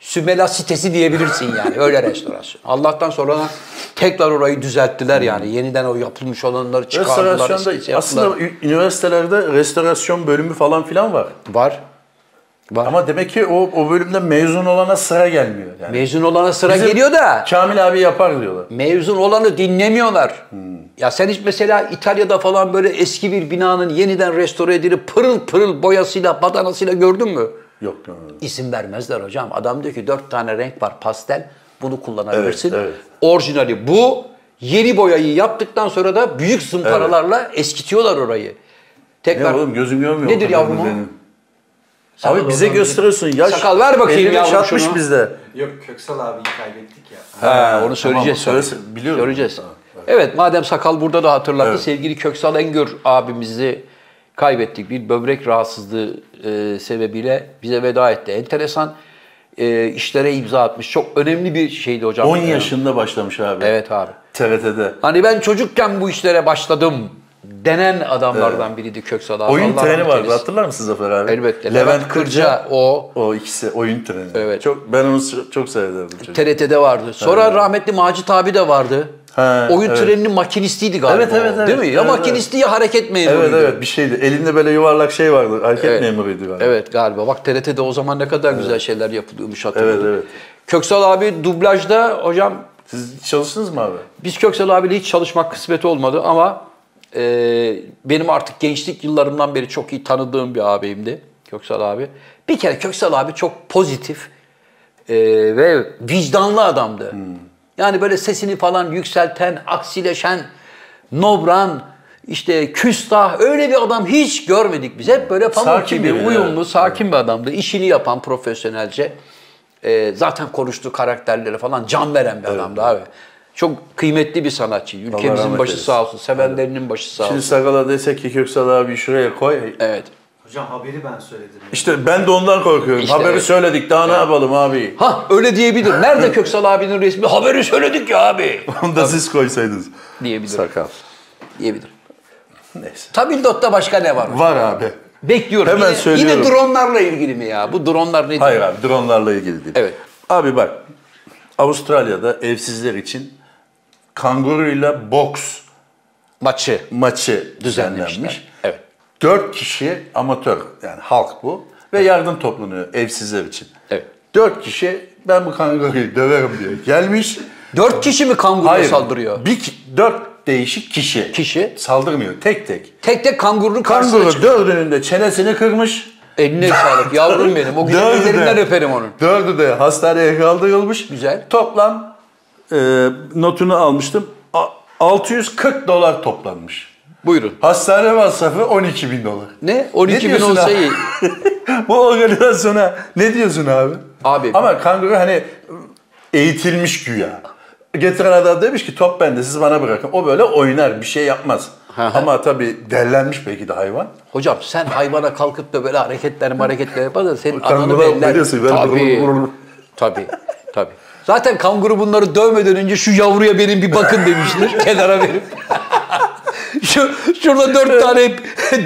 S1: Sümela sitesi diyebilirsin yani öyle restorasyon. Allah'tan sonra da tekrar orayı düzelttiler yani. Yeniden o yapılmış olanları çıkardılar. eskisi
S2: Restorasyonda
S1: yaptılar.
S2: aslında ü- üniversitelerde restorasyon bölümü falan filan var.
S1: var. Var.
S2: Ama demek ki o, o bölümde mezun olana sıra gelmiyor. Yani.
S1: Mezun olana sıra
S2: Bizim
S1: geliyor da.
S2: Kamil abi yapar diyorlar.
S1: mevzun olanı dinlemiyorlar. Ya sen hiç mesela İtalya'da falan böyle eski bir binanın yeniden restore edilip pırıl pırıl boyasıyla, badanasıyla gördün mü?
S2: Yok. görmedim.
S1: İsim vermezler hocam. Adam diyor ki dört tane renk var pastel, bunu kullanabilirsin.
S2: Evet, evet.
S1: Orijinali bu. Yeni boyayı yaptıktan sonra da büyük zımparalarla eskitiyorlar orayı.
S2: Ne
S1: Tekrar
S2: oğlum gözüm görmüyor.
S1: Nedir
S2: o kadar
S1: yavrum o?
S2: benim.
S3: Sakal
S2: Abi bize
S3: oradan
S2: gösteriyorsun. Yaş,
S1: Sakal ver bakayım
S2: elli beş,
S1: yavrum
S2: 60
S1: şunu.
S2: bizde.
S3: bir- Yok Köksal abiyi kaybettik ya.
S1: Ha, onu
S2: Ee, tamam,
S1: söyleyeceğiz.
S2: söylesin,
S1: tabii.
S2: biliyorum.
S1: Söyleyeceğiz.
S2: Tamam,
S1: evet. madem sakal burada da hatırlattı.
S2: Evet.
S1: Sevgili Köksal Engör abimizi kaybettik. Bir böbrek rahatsızlığı e, sebebiyle bize veda etti. Enteresan e, işlere imza atmış. Çok önemli bir şeydi hocam.
S2: 10
S1: Yani.
S2: yaşında başlamış abi.
S1: Evet abi.
S2: TRT'de.
S1: Hani ben çocukken bu işlere başladım denen adamlardan biriydi Köksal abi.
S2: Oyun
S1: Allah
S2: treni
S1: rahmet
S2: vardı
S1: eylesin.
S2: hatırlar mısın Zafer abi?
S1: Elbette.
S2: Levent,
S1: Levent
S2: Kırca.
S1: Kırca o
S2: O ikisi oyun treni.
S1: Evet.
S2: Çok, ben onu s- çok severdim. Çocuk.
S1: TRT'de vardı. Sonra rahmetli Macit abi de vardı.
S2: Ha,
S1: oyun
S2: evet.
S1: treninin makinistiydi galiba.
S2: Evet, evet,
S1: o,
S2: evet.
S1: Değil mi? Ya
S2: Evet,
S1: makinisti ya hareket memuruydu.
S2: Evet evet bir şeydi. Elinde böyle yuvarlak şey vardı. Hareket
S1: Evet.
S2: memuruydu galiba.
S1: Evet galiba. Bak TRT'de o zaman ne kadar güzel şeyler yapılıyormuş hatırladım.
S2: Evet, evet.
S1: Köksal abi dublajda hocam
S2: Siz çalıştınız mı abi?
S1: biz Köksal abiyle hiç çalışmak kısmeti olmadı ama e, benim artık gençlik yıllarımdan beri çok iyi tanıdığım bir abimdi Köksal abi. Bir kere Köksal abi çok pozitif e, ve vicdanlı adamdı.
S2: Hmm.
S1: Yani böyle sesini falan yükselten, aksileşen, nobran, işte küstah öyle bir adam hiç görmedik biz. Hep böyle pamuk
S2: Sakin
S1: gibi,
S2: biri,
S1: uyumlu,
S2: evet.
S1: sakin bir adamdı. İşini yapan profesyonelce. Ee, zaten konuştuğu karakterlere falan can veren bir adamdı abi. Çok kıymetli bir sanatçı. Ülkemizin
S2: rahmet
S1: başı
S2: eylesin.
S1: sağ olsun. Sevenlerinin başı sağ
S2: Şimdi
S1: olsun.
S2: Sakal'a desek ki Köksal abi şuraya koy.
S1: Evet.
S3: Hocam haberi ben söyledim.
S2: İşte ben de ondan korkuyorum.
S1: İşte
S2: Haberi
S1: evet.
S2: söyledik daha ne yapalım abi?
S1: Ha öyle diyebilir. Nerede Köksal abinin resmi? Haberi söyledik ya abi.
S2: Onu da siz koysaydınız.
S1: Diyebilirim.
S2: Sakal.
S1: Diyebilir.
S2: Neyse.
S1: Tabildot'ta başka ne var?
S2: Var abi.
S1: Bekliyorum.
S2: Hemen
S1: yine,
S2: söylüyorum.
S1: Yine dronlarla ilgili mi ya? Bu dronlar nedir?
S2: Hayır abi dronlarla ilgili değil.
S1: Evet.
S2: Abi bak Avustralya'da evsizler için kanguruyla boks
S1: Maçı.
S2: maçı düzenlenmiş.
S1: Düzenlemişler. Evet.
S2: Dört kişi amatör yani halk bu ve yardım toplanıyor evsizler için.
S1: Evet.
S2: Dört kişi ben bu kanguruyu döverim diye gelmiş.
S1: Dört kişi mi kanguruya saldırıyor?
S2: Bir, ki- dört değişik kişi.
S1: Kişi.
S2: Saldırmıyor tek tek.
S1: Tek tek kangurunun karşısına
S2: Kanguru
S1: çıkıyor.
S2: dördünün de çenesini kırmış.
S1: Eline sağlık yavrum benim. O güzel
S2: Dördü de-
S1: ellerinden öperim onun.
S2: Dördü de hastaneye kaldırılmış.
S1: Güzel.
S2: Toplam e, notunu almıştım. A- 640 dolar toplanmış.
S1: Buyurun.
S2: Hastane masrafı 12 bin dolar.
S1: Ne? 12 bin
S2: diyorsun
S1: olsa
S2: abi?
S1: iyi.
S2: Bu organizasyona ne diyorsun abi?
S1: Abi-
S2: Ama kanguru hani eğitilmiş güya. Getiren adam demiş ki top bende siz bana bırakın. O böyle oynar bir şey yapmaz.
S1: hı.
S2: Ama tabii dellenmiş belki de hayvan.
S1: Hocam sen hayvana kalkıp da böyle hareketler hareketler yaparsan senin ananı
S2: Kanguru
S1: beller.
S2: biliyorsun, böyle vurur, vurur, vurur.
S1: Tabii. Tabii. Tabii. Zaten kanguru bunları dövmeden önce şu yavruya benim bir bakın demiştir. kenara verip. şu, şurada dört tane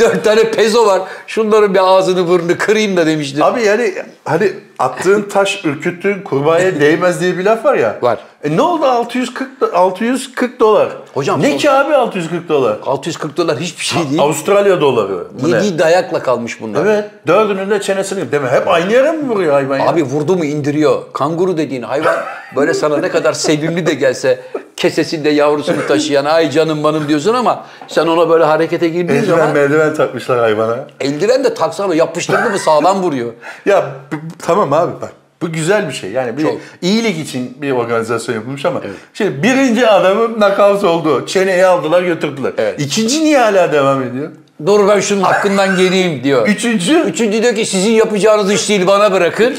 S1: dört tane pezo var. Şunların bir ağzını burnunu kırayım da demiştir.
S2: Abi yani hani attığın taş ürküttüğün kurbağaya değmez diye bir laf var ya.
S1: Var.
S2: E ne oldu 640 do- 640 dolar?
S1: Hocam
S2: ne
S1: son-
S2: ki abi 640 dolar?
S1: 640 dolar hiçbir şey değil.
S2: Avustralya doları. Bu ne?
S1: Yediği dayakla kalmış bunlar.
S2: Evet. Dördünün de çenesini. Değil mi? Hep aynı yere mi vuruyor hayvan ya?
S1: Abi vurdu mu indiriyor. Kanguru dediğin hayvan böyle sana ne kadar sevimli de gelse kesesinde yavrusunu taşıyan ay canım benim diyorsun ama sen ona böyle harekete girdiğin
S2: Eldiven
S1: zaman
S2: merdiven takmışlar hayvana.
S1: eldiven de taksana yapıştırdı mı sağlam vuruyor.
S2: Ya b- b- tamam abi bak. Bu güzel bir şey. Yani bir
S1: Çok.
S2: iyilik için bir organizasyon yapılmış ama şimdi birinci adamın nakavs oldu. Çeneyi aldılar götürdüler.
S1: Evet.
S2: İkinci niye hala devam ediyor?
S1: Dur ben şunun hakkından geleyim diyor.
S2: Üçüncü
S1: Üçüncü diyor ki sizin yapacağınız iş değil bana bırakın.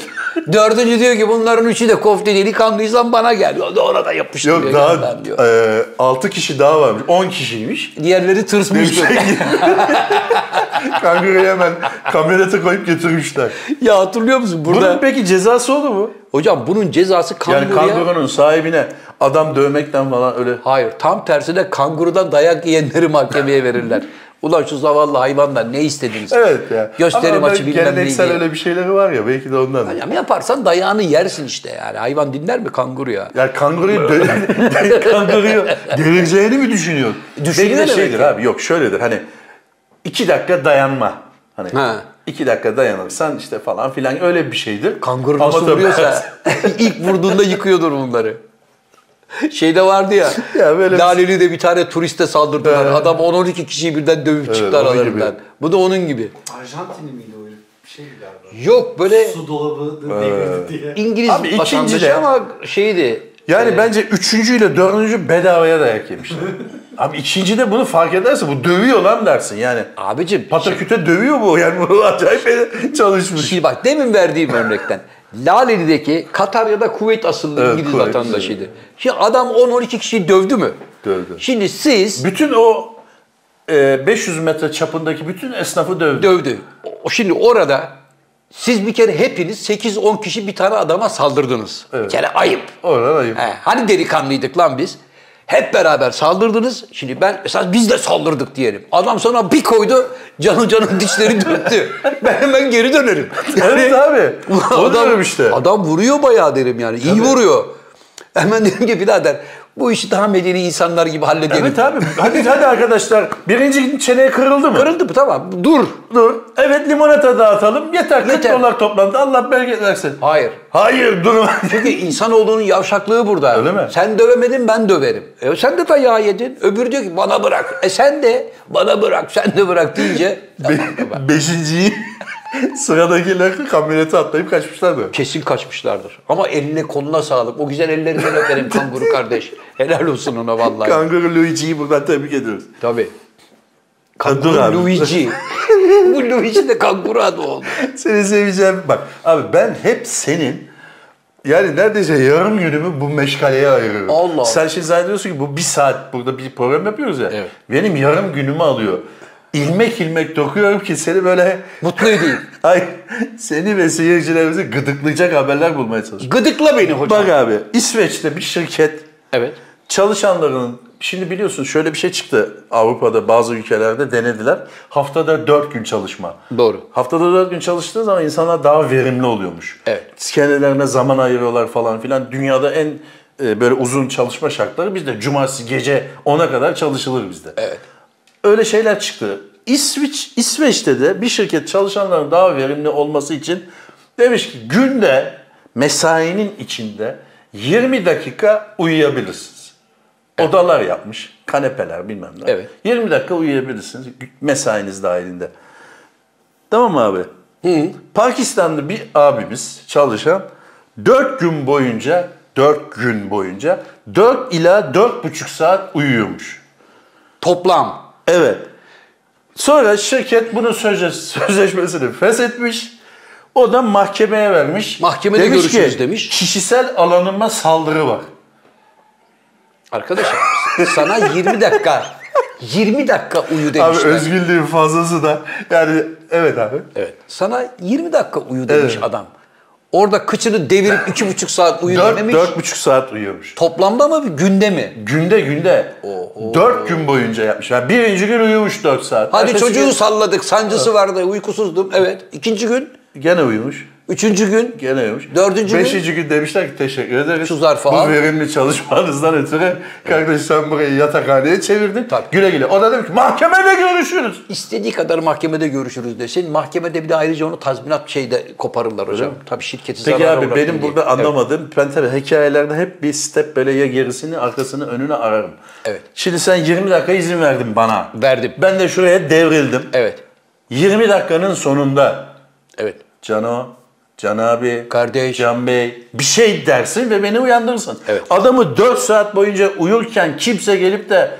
S1: Dördüncü diyor ki bunların üçü de kofte delikanlıysan bana gel. O da orada yapıştırıyor.
S2: Yok daha
S1: gönder diyor.
S2: e, 6 kişi daha varmış. 10 kişiymiş.
S1: Diğerleri tırsmış. böyle.
S2: Kanguruyu hemen kamyonete koyup götürmüşler.
S1: ya hatırlıyor musun burada?
S2: Bunun peki cezası oldu mu?
S1: Hocam bunun cezası
S2: Yani
S1: kanguruya...
S2: kangurunun sahibine adam dövmekten falan öyle.
S1: Hayır, tam tersine kangurudan dayak yiyenleri mahkemeye verirler. Ulan şu zavallı hayvandan ne istediniz?
S2: Evet ya.
S1: Gösteri
S2: Ama
S1: maçı
S2: onların
S1: bilmem ne
S2: Geleneksel
S1: diye.
S2: öyle bir şeyleri var ya belki de ondan.
S1: Ya yaparsan dayağını yersin işte yani. Hayvan dinler mi kanguru ya?
S2: Ya kanguruyu dö- kanguruyu devireceğini mi düşünüyor?
S1: Düşünüyor
S2: Belki de
S1: demek
S2: şeydir
S1: ki.
S2: abi. Yok şöyledir hani iki dakika dayanma. Hani
S1: Ha.
S2: iki dakika dayanırsan işte falan filan öyle bir şeydir.
S1: Kanguru
S2: Ama
S1: nasıl
S2: tabii-
S1: vuruyorsa ilk vurduğunda yıkıyordur bunları. Şeyde vardı ya,
S2: Ya böyle bir-
S1: Laleli'de bir tane turiste saldırdılar.
S2: Evet.
S1: Adam 10-12 kişiyi birden dövüp çıktı
S2: onun
S1: aralarından.
S2: gibi.
S1: Bu da onun gibi.
S3: Arjantinli miydi o herif? Bir şeydi galiba.
S1: Yok böyle
S3: Su dolabı
S2: Ee,
S3: devirdi diye.
S1: İngiliz
S2: Abi ikinci
S1: vatandaşı
S2: de-
S1: ama şeydi.
S2: Yani bence üçüncüyle dördüncü bedavaya dayak yemişler. Abi ikinci de bunu fark ederse bu dövüyor lan dersin yani.
S1: Abicim
S2: Pataküte dövüyor bu yani bu acayip çalışmış.
S1: Şimdi bak demin verdiğim örnekten. Laleli'deki Katar ya da Kuveyt asıllı
S2: Evet,
S1: İngiliz
S2: Kuveyt,
S1: vatandaşıydı. Şimdi adam 10-12 kişiyi dövdü mü?
S2: Dövdü.
S1: Şimdi siz
S2: Bütün o e, 500 metre çapındaki bütün esnafı dövdü.
S1: dövdü. O- Şimdi orada Siz bir kere hepiniz 8-10 kişi bir tane adama saldırdınız. Bir
S2: Evet.
S1: kere ayıp.
S2: Oradan ayıp.
S1: He, hani delikanlıydık lan biz? Hep beraber saldırdınız. Şimdi ben esas biz de saldırdık diyelim. Adam sonra bir koydu. Canı canın dişleri döktü. ben hemen geri dönerim.
S2: Evet abi. Onu diyorum işte.
S1: Adam vuruyor bayağı derim yani. İyi vuruyor. Hemen dedim ki birader bu işi daha medeni insanlar gibi halledelim.
S2: Evet abi. Hadi hadi arkadaşlar. Birinci çene kırıldı mı?
S1: Kırıldı mı tamam dur.
S2: Dur. Evet limonata dağıtalım. Yeter. 40
S1: Yeter.
S2: dolar toplandı. Allah bereket versin.
S1: Hayır.
S2: Hayır durun.
S1: Çünkü insanoğlunun yavşaklığı burada.
S2: Öyle mi?
S1: Sen dövemedin ben döverim. E sen de dayağı yedin. Öbürü diyor ki bana bırak. E sen de bana bırak sen de bırak deyince. tamam baba.
S2: Beşinciyi sıradakiler kamyonete atlayıp kaçmışlar da.
S1: Kesin kaçmışlardır. Ama eline koluna sağlık. O güzel ellerinden öperim kanguru kardeş. Helal olsun ona vallahi.
S2: Kanguru Luigi'yi buradan tebrik ediyoruz.
S1: Tabii.
S2: dur abi.
S1: Luigi. Bu Luigi de kanguru adı oldu.
S2: Seni seveceğim. Bak abi ben hep senin yani neredeyse yarım günümü bu meşgaleye ayırıyorum.
S1: Allah Allah.
S2: Sen şimdi zannediyorsun ki bu bir saat burada bir program yapıyoruz ya.
S1: Evet.
S2: Benim yarım günümü alıyor. İlmek ilmek dokuyorum ki seni böyle...
S1: Mutlu edeyim.
S2: Ay seni ve seyircilerimizi gıdıklayacak haberler bulmaya çalışıyorum.
S1: Gıdıkla beni hocam.
S2: Bak abi İsveç'te bir şirket
S1: Evet.
S2: çalışanlarının şimdi biliyorsun şöyle bir şey çıktı Avrupa'da bazı ülkelerde denediler. Haftada 4 gün çalışma.
S1: Doğru.
S2: Haftada 4 gün çalıştığı zaman insanlar daha verimli oluyormuş.
S1: Evet.
S2: Kendilerine zaman ayırıyorlar falan filan. Dünyada en e, böyle uzun çalışma şartları bizde cumartesi gece 10'a kadar çalışılır bizde.
S1: Evet.
S2: Öyle şeyler çıktı. İsviç İsveç'te de bir şirket çalışanların daha verimli olması için demiş ki günde mesainin içinde 20 dakika uyuyabilirsiniz. Odalar yapmış, kanepeler bilmem ne.
S1: Evet.
S2: 20 dakika uyuyabilirsiniz mesainiz dahilinde. Tamam mı abi? Pakistanlı bir abimiz çalışan 4 gün boyunca 4 gün boyunca 4 ila 4,5 saat uyuyormuş.
S1: Toplam.
S2: Evet. Sonra şirket bunun sözle- sözleşmesini feshetmiş. O da mahkemeye vermiş.
S1: Mahkemede görüşürüz demiş.
S2: Kişisel alanıma saldırı var.
S1: Arkadaşım sana 20 dakika 20 dakika uyu
S2: Abi
S1: demişler.
S2: özgürlüğün fazlası da yani evet abi.
S1: Evet. Sana 20 dakika uyu demiş adam. Orada kıçını devirip iki buçuk saat uyu
S2: Dört,
S1: dememiş.
S2: dört buçuk saat uyuyormuş.
S1: Toplamda mı günde mi?
S2: Günde günde. Dört gün boyunca yapmış. Yani birinci gün uyumuş dört saat.
S1: Hadi
S2: Ertesi
S1: çocuğu
S2: gün
S1: salladık, sancısı vardı, uykusuzdum. Evet. İkinci gün,
S2: Gene uyumuş.
S1: üçüncü gün.
S2: Gene uyumuş.
S1: Dördüncü gün-
S2: Beşinci gün demişler ki teşekkür ederiz.
S1: Şu zarfa
S2: Bu
S1: al."
S2: verimli çalışmanızdan ötürü kardeş sen burayı yatakhaneye çevirdin.
S1: Tabii.
S2: Güle güle. O da demiş ki mahkemede görüşürüz.
S1: İstediği kadar mahkemede görüşürüz desin. Mahkemede bir de ayrıca onu tazminat şeyde koparırlar hocam. Tabii şirketi
S2: Peki
S1: zarara
S2: abi
S1: uğratın
S2: benim
S1: diye.
S2: burada anlamadığım, ben tabii hikayelerde hep bir step böyle ya gerisini arkasını önünü ararım.
S1: Evet.
S2: Şimdi sen 20 dakika izin verdin bana.
S1: Verdim.
S2: Ben de şuraya devrildim.
S1: Evet.
S2: 20 dakikanın sonunda
S1: Evet.
S2: Cano, Can abi,
S1: Kardeş.
S2: Can Bey bir şey dersin ve beni uyandırırsın.
S1: Evet.
S2: Adamı 4 saat boyunca uyurken kimse gelip de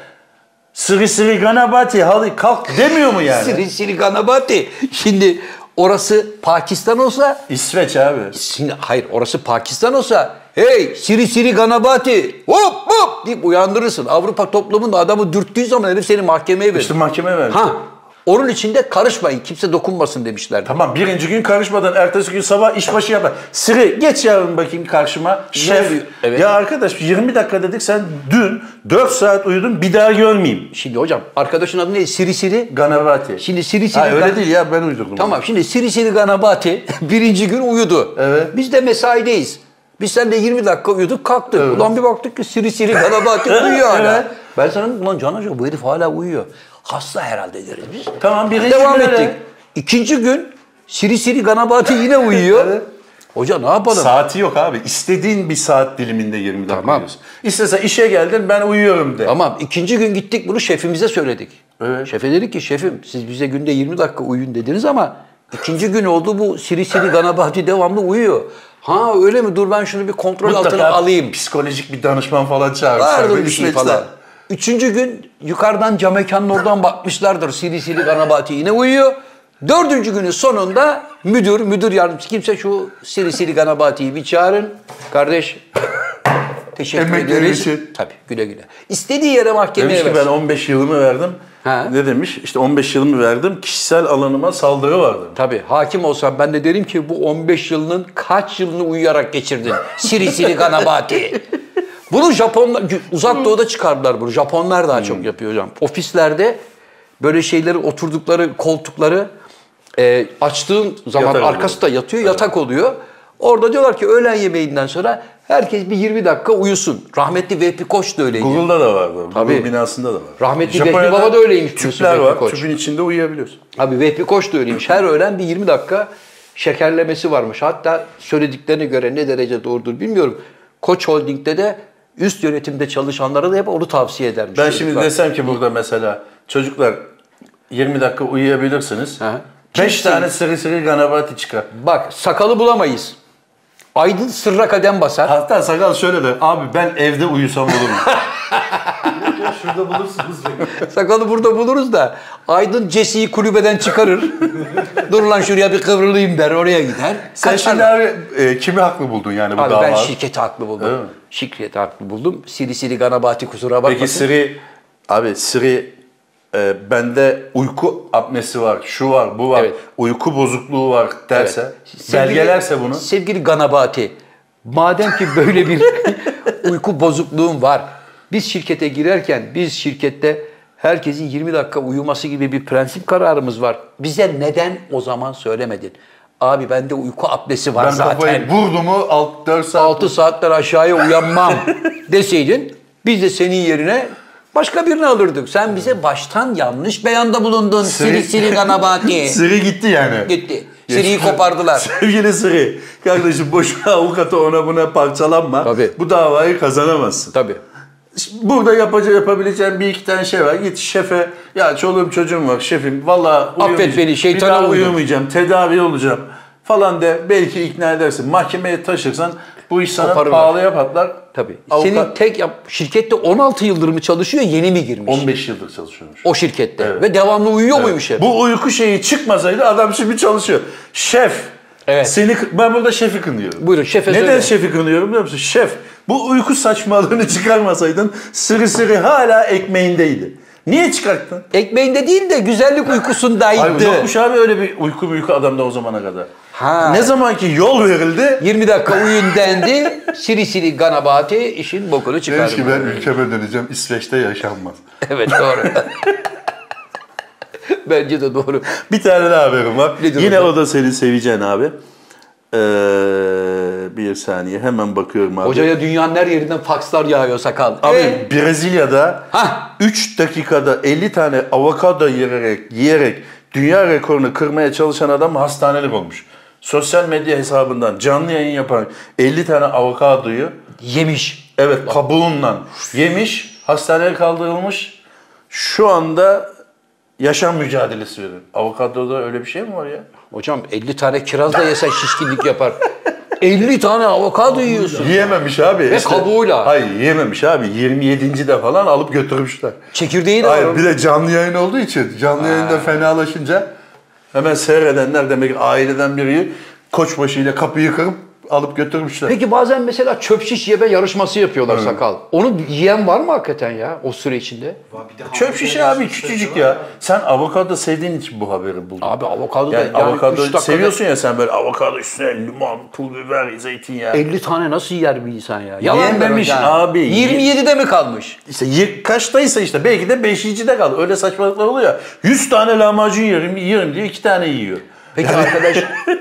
S2: Sri Sri Ganabati halı kalk demiyor mu yani?
S1: Siri Siri Ganabati. Şimdi orası Pakistan olsa
S2: İsveç abi.
S1: Sin- hayır orası Pakistan olsa hey Siri Siri Ganabati hop hop deyip uyandırırsın. Avrupa toplumunda adamı dürttüğü zaman herif seni mahkemeye verir.
S2: İşte mahkemeye vermiş.
S1: ha onun içinde karışmayın kimse dokunmasın demişler.
S2: Tamam birinci gün karışmadan ertesi gün sabah işbaşı yapar. Siri geç yarın bakayım karşıma. Şef.
S1: oluyor? Evet.
S2: Ya arkadaş 20 dakika dedik sen dün 4 saat uyudun bir daha görmeyeyim.
S1: Şimdi hocam arkadaşın adı ne? Siri Siri.
S2: Ganabati.
S1: Şimdi Siri Siri.
S2: ha, öyle
S1: Gan-
S2: değil ya ben uydurdum.
S1: Tamam şimdi Siri Siri Ganabati birinci gün uyudu.
S2: Evet.
S1: Biz de mesaideyiz. Biz seninle 20 dakika uyuduk kalktık. Ulan bir baktık ki Siri Siri Ganabati uyuyor hala.
S2: Evet.
S1: Ben sana dedim ulan Can Hoca bu herif hala uyuyor. Hasta herhalde deriz biz.
S2: Tamam birinci
S1: Devam
S2: gün öyle.
S1: ettik. İkinci gün Siri Siri Ganabati yine uyuyor.
S2: Evet.
S1: Hoca ne yapalım?
S2: Saati yok abi. İstediğin bir saat diliminde 20 dakika
S1: Tamam.
S2: uyuyorsun. İstese işe geldin ben uyuyorum de.
S1: tamam ikinci gün gittik bunu şefimize söyledik.
S2: Evet.
S1: Şefe dedik ki şefim siz bize günde 20 dakika uyuyun dediniz ama ikinci gün oldu bu Siri Siri Ganabati devamlı uyuyor. Ha öyle mi dur ben şunu bir kontrol altına alayım.
S2: psikolojik bir danışman falan çağırmışlar.
S1: Vardır
S2: böyle
S1: bir şey
S2: İsveç'ten.
S1: falan. Üçüncü gün yukarıdan cam mekanın oradan bakmışlardır. Sili sili Ganabati yine uyuyor. Dördüncü günün sonunda müdür, müdür yardımcısı kimse şu Sili sili Ganabati'yi bir çağırın. Kardeş teşekkür
S2: Emekleri
S1: ederiz.
S2: için.
S1: Tabii güle güle. İstediği yere mahkemeye
S2: Demiş ki
S1: versin.
S2: ben 15 yılımı verdim.
S1: Ha.
S2: Ne demiş? İşte 15 yılımı verdim. Kişisel alanıma saldırı vardı.
S1: Tabii hakim olsam ben de derim ki bu 15 yılının kaç yılını uyuyarak geçirdin? Siri Siri Kanabati. Bunu Japonlar, uzak doğuda çıkardılar bunu. Japonlar daha çok yapıyor hocam. Ofislerde böyle şeyleri oturdukları koltukları e, açtığın zaman
S2: Yatak
S1: arkası da yatıyor, yatak oluyor. Orada diyorlar ki öğlen yemeğinden sonra herkes bir 20 dakika uyusun. Rahmetli Vehbi Koç da öyleydi.
S2: Google'da da vardı.
S1: Tabii.
S2: Google binasında da var.
S1: Rahmetli
S2: Japonya'da
S1: Vehbi Baba da öyleymiş biliyorsun
S2: Tüpler
S1: Vehbi
S2: var.
S1: Koç.
S2: Tüpün içinde uyuyabiliyorsun.
S1: Abi Vehbi Koç da öyleymiş. Her öğlen bir 20 dakika şekerlemesi varmış. Hatta söylediklerine göre ne derece doğrudur bilmiyorum. Koç Holding'de de üst yönetimde çalışanlara da hep onu tavsiye edermiş.
S2: Ben şimdi
S1: çocuklar.
S2: desem ki burada mesela çocuklar 20 dakika uyuyabilirsiniz.
S1: Hı hı.
S2: 5 tane sırı sırı ganabati çıkar.
S1: Bak sakalı bulamayız. Aydın sırra kadem basar.
S2: Hatta sakal şöyle der. Abi ben evde uyusam olur mu?
S3: Şurada bulursunuz beni.
S1: Sakalı burada buluruz da Aydın Cesi'yi kulübeden çıkarır. Dur lan şuraya bir kıvrılayım der oraya gider.
S2: Sen
S1: Kaçar.
S2: şimdi abi e, kimi haklı buldun yani bu
S1: Abi
S2: davada?
S1: ben şirketi haklı
S2: Öyle
S1: buldum.
S2: mi?
S1: Şirketi haklı buldum. Siri Siri Ganabati kusura bakmasın.
S2: Peki Siri, abi Siri e, bende uyku apnesi var, şu var, bu var,
S1: Evet.
S2: uyku bozukluğu var derse,
S1: Evet.
S2: belgelerse
S1: Sevgili-
S2: bunu.
S1: Sevgili Ganabati, madem ki böyle bir uyku bozukluğun var, biz şirkete girerken, biz şirkette herkesin 20 dakika uyuması gibi bir prensip kararımız var. Bize neden o zaman söylemedin? Abi bende uyku apnesi var
S2: Ben
S1: zaten.
S2: kafayı vurdu mu 6 4 saat
S1: 6 saatler aşağıya uyanmam deseydin biz de senin yerine başka birini alırdık. Sen bize baştan yanlış beyanda bulundun. Siri Siri Ganabati.
S2: Siri gitti yani.
S1: Gitti. Siri'yi kopardılar.
S2: Sevgili Siri, kardeşim boşuna avukata ona buna parçalanma.
S1: Tabii.
S2: Bu davayı kazanamazsın.
S1: Tabii.
S2: Burada yapaca yapabileceğin bir iki tane şey var. Git şefe, ya çoluğum çocuğum var şefim. Valla
S1: Affet beni, şeytana
S2: Bir daha
S1: uydum.
S2: uyumayacağım, tedavi olacağım falan de belki ikna edersin. Mahkemeye taşırsan bu iş sana
S1: Koparırlar.
S2: pahalıya patlar.
S1: Tabii.
S2: Avukat
S1: Senin tek yap şirkette 16 yıldır mı çalışıyor, yeni mi girmiş?
S2: 15 yıldır çalışıyormuş.
S1: O şirkette.
S2: Evet.
S1: Ve devamlı uyuyor muymuş hep?
S2: Bu uyku şeyi çıkmasaydı adam şimdi çalışıyor. Şef.
S1: Evet.
S2: Seni kı- ben burada şefi kınıyorum.
S1: Buyurun, şefe
S2: Neden
S1: söyle.
S2: şefi kınıyorum biliyor musun? Şef bu uyku saçmalığını çıkarmasaydın sırı sırı hala ekmeğindeydi. Niye çıkarttın?
S1: Ekmeğinde değil de güzellik
S2: Ay
S1: uykusundaydı.
S2: yokmuş abi öyle bir uyku uyku adamda o zamana kadar.
S1: Ha.
S2: Ne zaman ki yol verildi
S1: 20 dakika uyun dendi. Siri siri ganabati işin bokunu çıkardı.
S2: ülkeme döneceğim İsveç'te yaşanmaz.
S1: Evet doğru. Bence de doğru.
S2: Bir tane daha haberim var.
S1: Nedir
S2: Yine
S1: hocam?
S2: o da senin seveceğin abi. Ee, bir saniye hemen bakıyorum abi.
S1: Hocaya dünyanın her yerinden fakslar yağıyor sakal.
S2: Abi
S1: E?
S2: Brezilya'da
S1: Hah.
S2: 3 dakikada 50 tane avokado yiyerek, yiyerek dünya rekorunu kırmaya çalışan adam hastanelik olmuş. Sosyal medya hesabından canlı yayın yapan 50 tane avokadoyu
S1: yemiş.
S2: evet kabuğundan yemiş, hastaneye kaldırılmış. Şu anda yaşam mücadelesi veriyor. Avokadoda öyle bir şey mi var ya?
S1: Hocam 50 tane kiraz da yesen şişkinlik yapar. 50 tane avokado yiyorsun.
S2: Yiyememiş abi. Ve
S1: kabuğuyla.
S2: Hayır yiyememiş abi. 27. de falan alıp götürmüşler.
S1: Çekirdeği de var.
S2: Hayır bir de canlı yayın olduğu için canlı yayında fenalaşınca hemen seyredenler demek ki aileden biri koçbaşı ile kapıyı kırıp alıp götürmüşler.
S1: Peki bazen mesela çöp şiş yeme yarışması yapıyorlar sakal. Onu yiyen var mı hakikaten ya o süre içinde?
S3: Ulan bir de
S2: Çöp şişe
S3: hamburger
S2: abi
S3: şişesi
S2: küçücük
S3: var
S2: ya. Sen avokado sevdiğin için bu haberi buldun.
S1: Abi avokado da
S2: yani,
S1: yani üç
S2: avokado
S1: dakikada
S2: seviyorsun ya sen böyle avokado üstüne limon, pul biber, zeytinyağı.
S1: 50 tane nasıl yer bir insan ya? Yalan
S2: Yememiş
S1: ver hocam.
S2: abi.
S1: 27'de mi kalmış?
S2: İşte y- kaçtaysa işte belki de beşinci de kaldı. Öyle saçmalıklar oluyor. ya. 100 tane lahmacun yerim, yerim diye iki tane yiyor.
S1: Peki arkadaş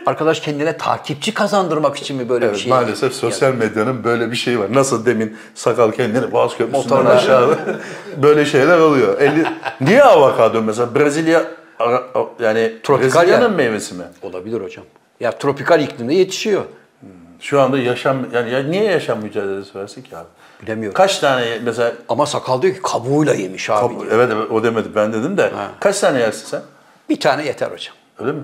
S1: arkadaş kendine takipçi kazandırmak için mi böyle bir şey?
S2: Maalesef sosyal medyanın böyle bir şeyi var. Nasıl demin sakal kendini boğaz köprüsünden
S1: Motorla.
S2: aşağıda böyle şeyler oluyor. 50... Niye avokado mesela? Brezilya ara- yani
S1: Tropikal
S2: Brezilya'nın
S1: yani.
S2: meyvesi mi?
S1: Olabilir hocam. Ya tropikal iklimde yetişiyor.
S2: Şu anda yaşam yani ya niye yaşam mücadelesi versin ki abi?
S1: Bilemiyorum.
S2: Kaç tane mesela
S1: Ama sakal diyor ki kabuğuyla yemiş abi. diyor.
S2: evet evet, o demedi ben dedim de kaç tane yersin sen?
S1: Bir tane yeter hocam.
S2: Öyle mi?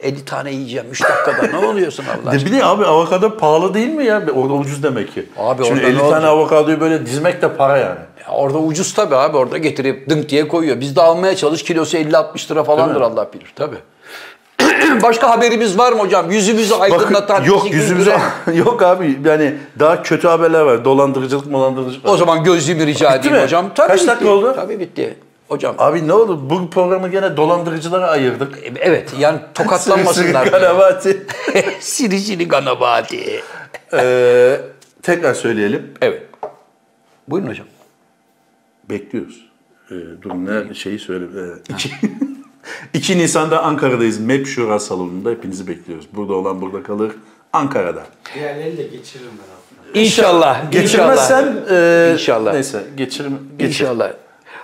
S1: 50 tane yiyeceğim 3 dakikada ne oluyorsun Allah
S2: De
S1: aşkına?
S2: E, bir de abi avokado pahalı değil mi ya? Orada ucuz demek ki.
S1: Abi
S2: Şimdi
S1: orada
S2: 50
S1: ne
S2: tane
S1: olacak?
S2: avokadoyu böyle dizmek de para yani.
S1: Ya Orada ucuz tabii abi orada getirip dınk diye koyuyor. Biz de almaya çalış kilosu 50-60 lira falandır
S2: Değil
S1: Allah bilir tabii. Başka haberimiz var mı hocam? Yüzümüzü aydınlatan.
S2: Bakın,
S1: bizi
S2: yok yüzümüze
S1: güldüren-
S2: yok abi yani daha kötü haberler var. Dolandırıcılık, dolandırıcılık var.
S1: O zaman gözlüğümü rica edeyim
S2: mi?
S1: hocam. Tabii
S2: Kaç
S1: bitti.
S2: dakika oldu?
S1: Tabii bitti. Hocam
S2: Abi ne oldu? Bu programı gene dolandırıcılara ayırdık.
S1: e- evet yani tokatlanmasınlar.
S2: Sırı sırı
S1: diye.
S2: kanabati.
S1: Siri siri kanabati.
S2: Ee, tekrar söyleyelim.
S1: Evet. Buyurun hocam.
S2: Bekliyoruz. Ee, dur ne şeyi söyle. Ee, iki- 2 Nisan'da Ankara'dayız. MEP Şura Salonu'nda hepinizi bekliyoruz. Burada olan burada kalır. Ankara'da.
S3: Diğerlerini de geçiririm ben altına.
S1: İnşallah. inşallah.
S2: Geçirmezsem e,
S1: İnşallah.
S2: Neyse geçirim. Geçir.
S1: İnşallah.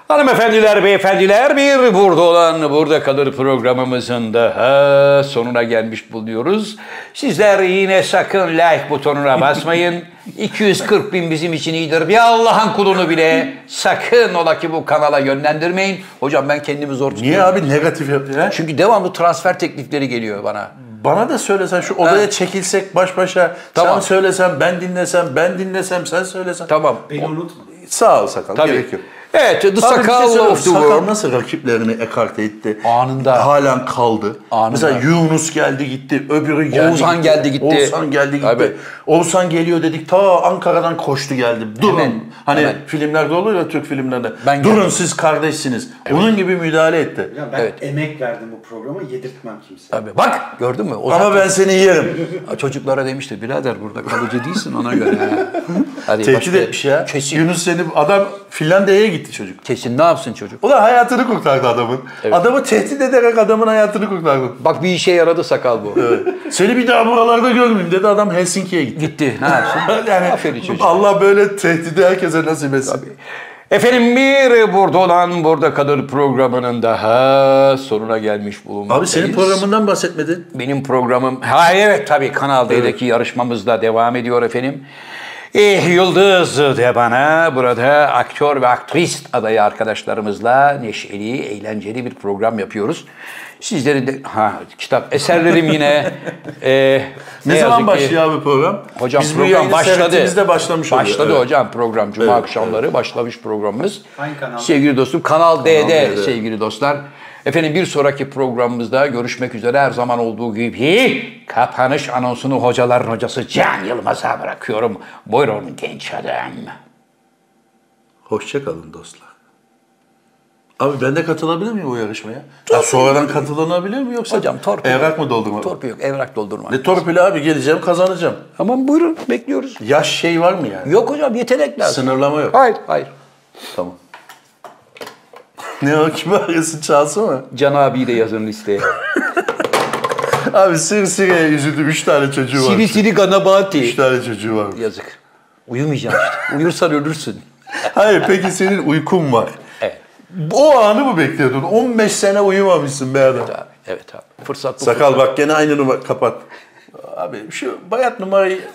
S1: Hanımefendiler, beyefendiler bir burada olan burada kalır programımızın daha sonuna gelmiş bulunuyoruz. Sizler yine sakın like butonuna basmayın. 240 bin bizim için iyidir. Bir Allah'ın kulunu bile sakın ola ki bu kanala yönlendirmeyin. Hocam ben kendimi zor tutuyorum.
S2: Niye abi negatif yapıyor? ya?
S1: Çünkü devamlı transfer teklifleri geliyor bana.
S2: Bana da söylesen şu odaya çekilsek baş başa.
S1: Tamam.
S2: Sen söylesen ben dinlesem ben dinlesem sen söylesen.
S1: Tamam.
S3: Beni unutma.
S2: Sağ ol sakal
S1: Tabii.
S2: gerek yok.
S1: Evet, The
S2: Abi bir şey
S1: Sakal
S2: söyleyeyim,
S1: of the
S2: Sakal
S1: World.
S2: nasıl rakiplerini ekarte etti?
S1: Anında.
S2: Halen kaldı.
S1: Anında.
S2: Mesela Yunus geldi gitti, öbürü geldi
S1: Oğuzhan geldi, gitti.
S2: Oğuzhan geldi gitti.
S1: Tabii.
S2: Oğuzhan geliyor dedik ta Ankara'dan koştu geldi. Durun.
S1: Hemen,
S2: hani
S1: hemen.
S2: filmlerde oluyor ya Türk filmlerinde.
S1: Ben
S2: Durun
S1: geldim.
S2: siz kardeşsiniz. Onun gibi müdahale etti.
S3: Ya ben
S1: Evet.
S3: emek verdim bu programa yedirtmem kimseye.
S1: Tabii. Bak gördün mü? O
S2: Ama ben seni yerim.
S1: Ha, Çocuklara demişti birader burada kalıcı değilsin ona göre. ha." Hadi
S2: Tehdit
S1: başka-
S2: etmiş ya.
S1: Kesin.
S2: Yunus seni adam Finlandiya'ya gitti çocuk.
S1: Kesin ne yapsın çocuk?
S2: O da hayatını kurtardı adamın. Adamı tehdit ederek adamın hayatını kurtardı.
S1: Bak bir işe yaradı sakal bu.
S2: Seni bir daha buralarda görmeyeyim dedi adam Helsinki'ye gitti.
S1: Gitti. Ne yapsın?
S2: yani
S1: Aferin çocuğa.
S2: Allah böyle tehdidi herkese nasip etsin.
S1: Efendim bir burada olan burada kalır programının daha sonuna gelmiş bulunmaktayız.
S2: Abi senin programından bahsetmedin.
S1: benim programım. Ha evet tabii Kanal D'deki yarışmamız da devam ediyor efendim. Eh Yıldız de bana burada aktör ve aktris adayı arkadaşlarımızla neşeli, eğlenceli bir program yapıyoruz. Sizleri de ha kitap eserlerim yine eh,
S2: Ne,
S1: yazık
S2: zaman
S1: ki-
S2: başlıyor abi program?
S1: Hocam
S2: Biz bu
S1: program
S2: yayını
S1: başladı.
S2: seyrettiğimizde başlamış oluyor.
S1: Başladı
S2: Evet.
S1: hocam program. Cuma
S2: Evet,
S1: akşamları başlamış programımız.
S3: Hangi kanal?
S1: Sevgili dostum Kanal D'de,
S2: D'de.
S1: sevgili dostlar. Efendim bir sonraki programımızda görüşmek üzere her zaman olduğu gibi kapanış anonsunu hocaların hocası Can Yılmaz'a bırakıyorum. Buyurun genç adam.
S2: Hoşça kalın dostlar. Abi ben de katılabilir miyim o yarışmaya? Ya sonradan katılabiliyor mu yoksa?
S1: Hocam torpil.
S2: Evrak mı doldurma?
S1: Torpil yok, evrak doldurma.
S2: Ne torpili abi geleceğim kazanacağım.
S1: Tamam buyurun bekliyoruz.
S2: Yaş şey var mı yani?
S1: Yok hocam yetenek lazım.
S2: Sınırlama yok.
S1: Hayır, hayır.
S2: Tamam. ne o kimi arıyorsun çalsın mı?
S1: Can abiyi de yazın listeye.
S2: Abi sır sıraya üzüldüm. Üç tane çocuğu var.
S1: Siri Siri Ganabati.
S2: Üç tane çocuğu var.
S1: Yazık. Uyumayacaksın işte. Uyursan ölürsün.
S2: Hayır peki senin uykun var.
S1: Evet.
S2: O anı mı bekliyordun? 15 sene uyumamışsın be adam.
S1: Abi, evet abi. Fırsat bu.
S2: Sakal bak gene aynı numara kapat. Abi şu bayat numarayı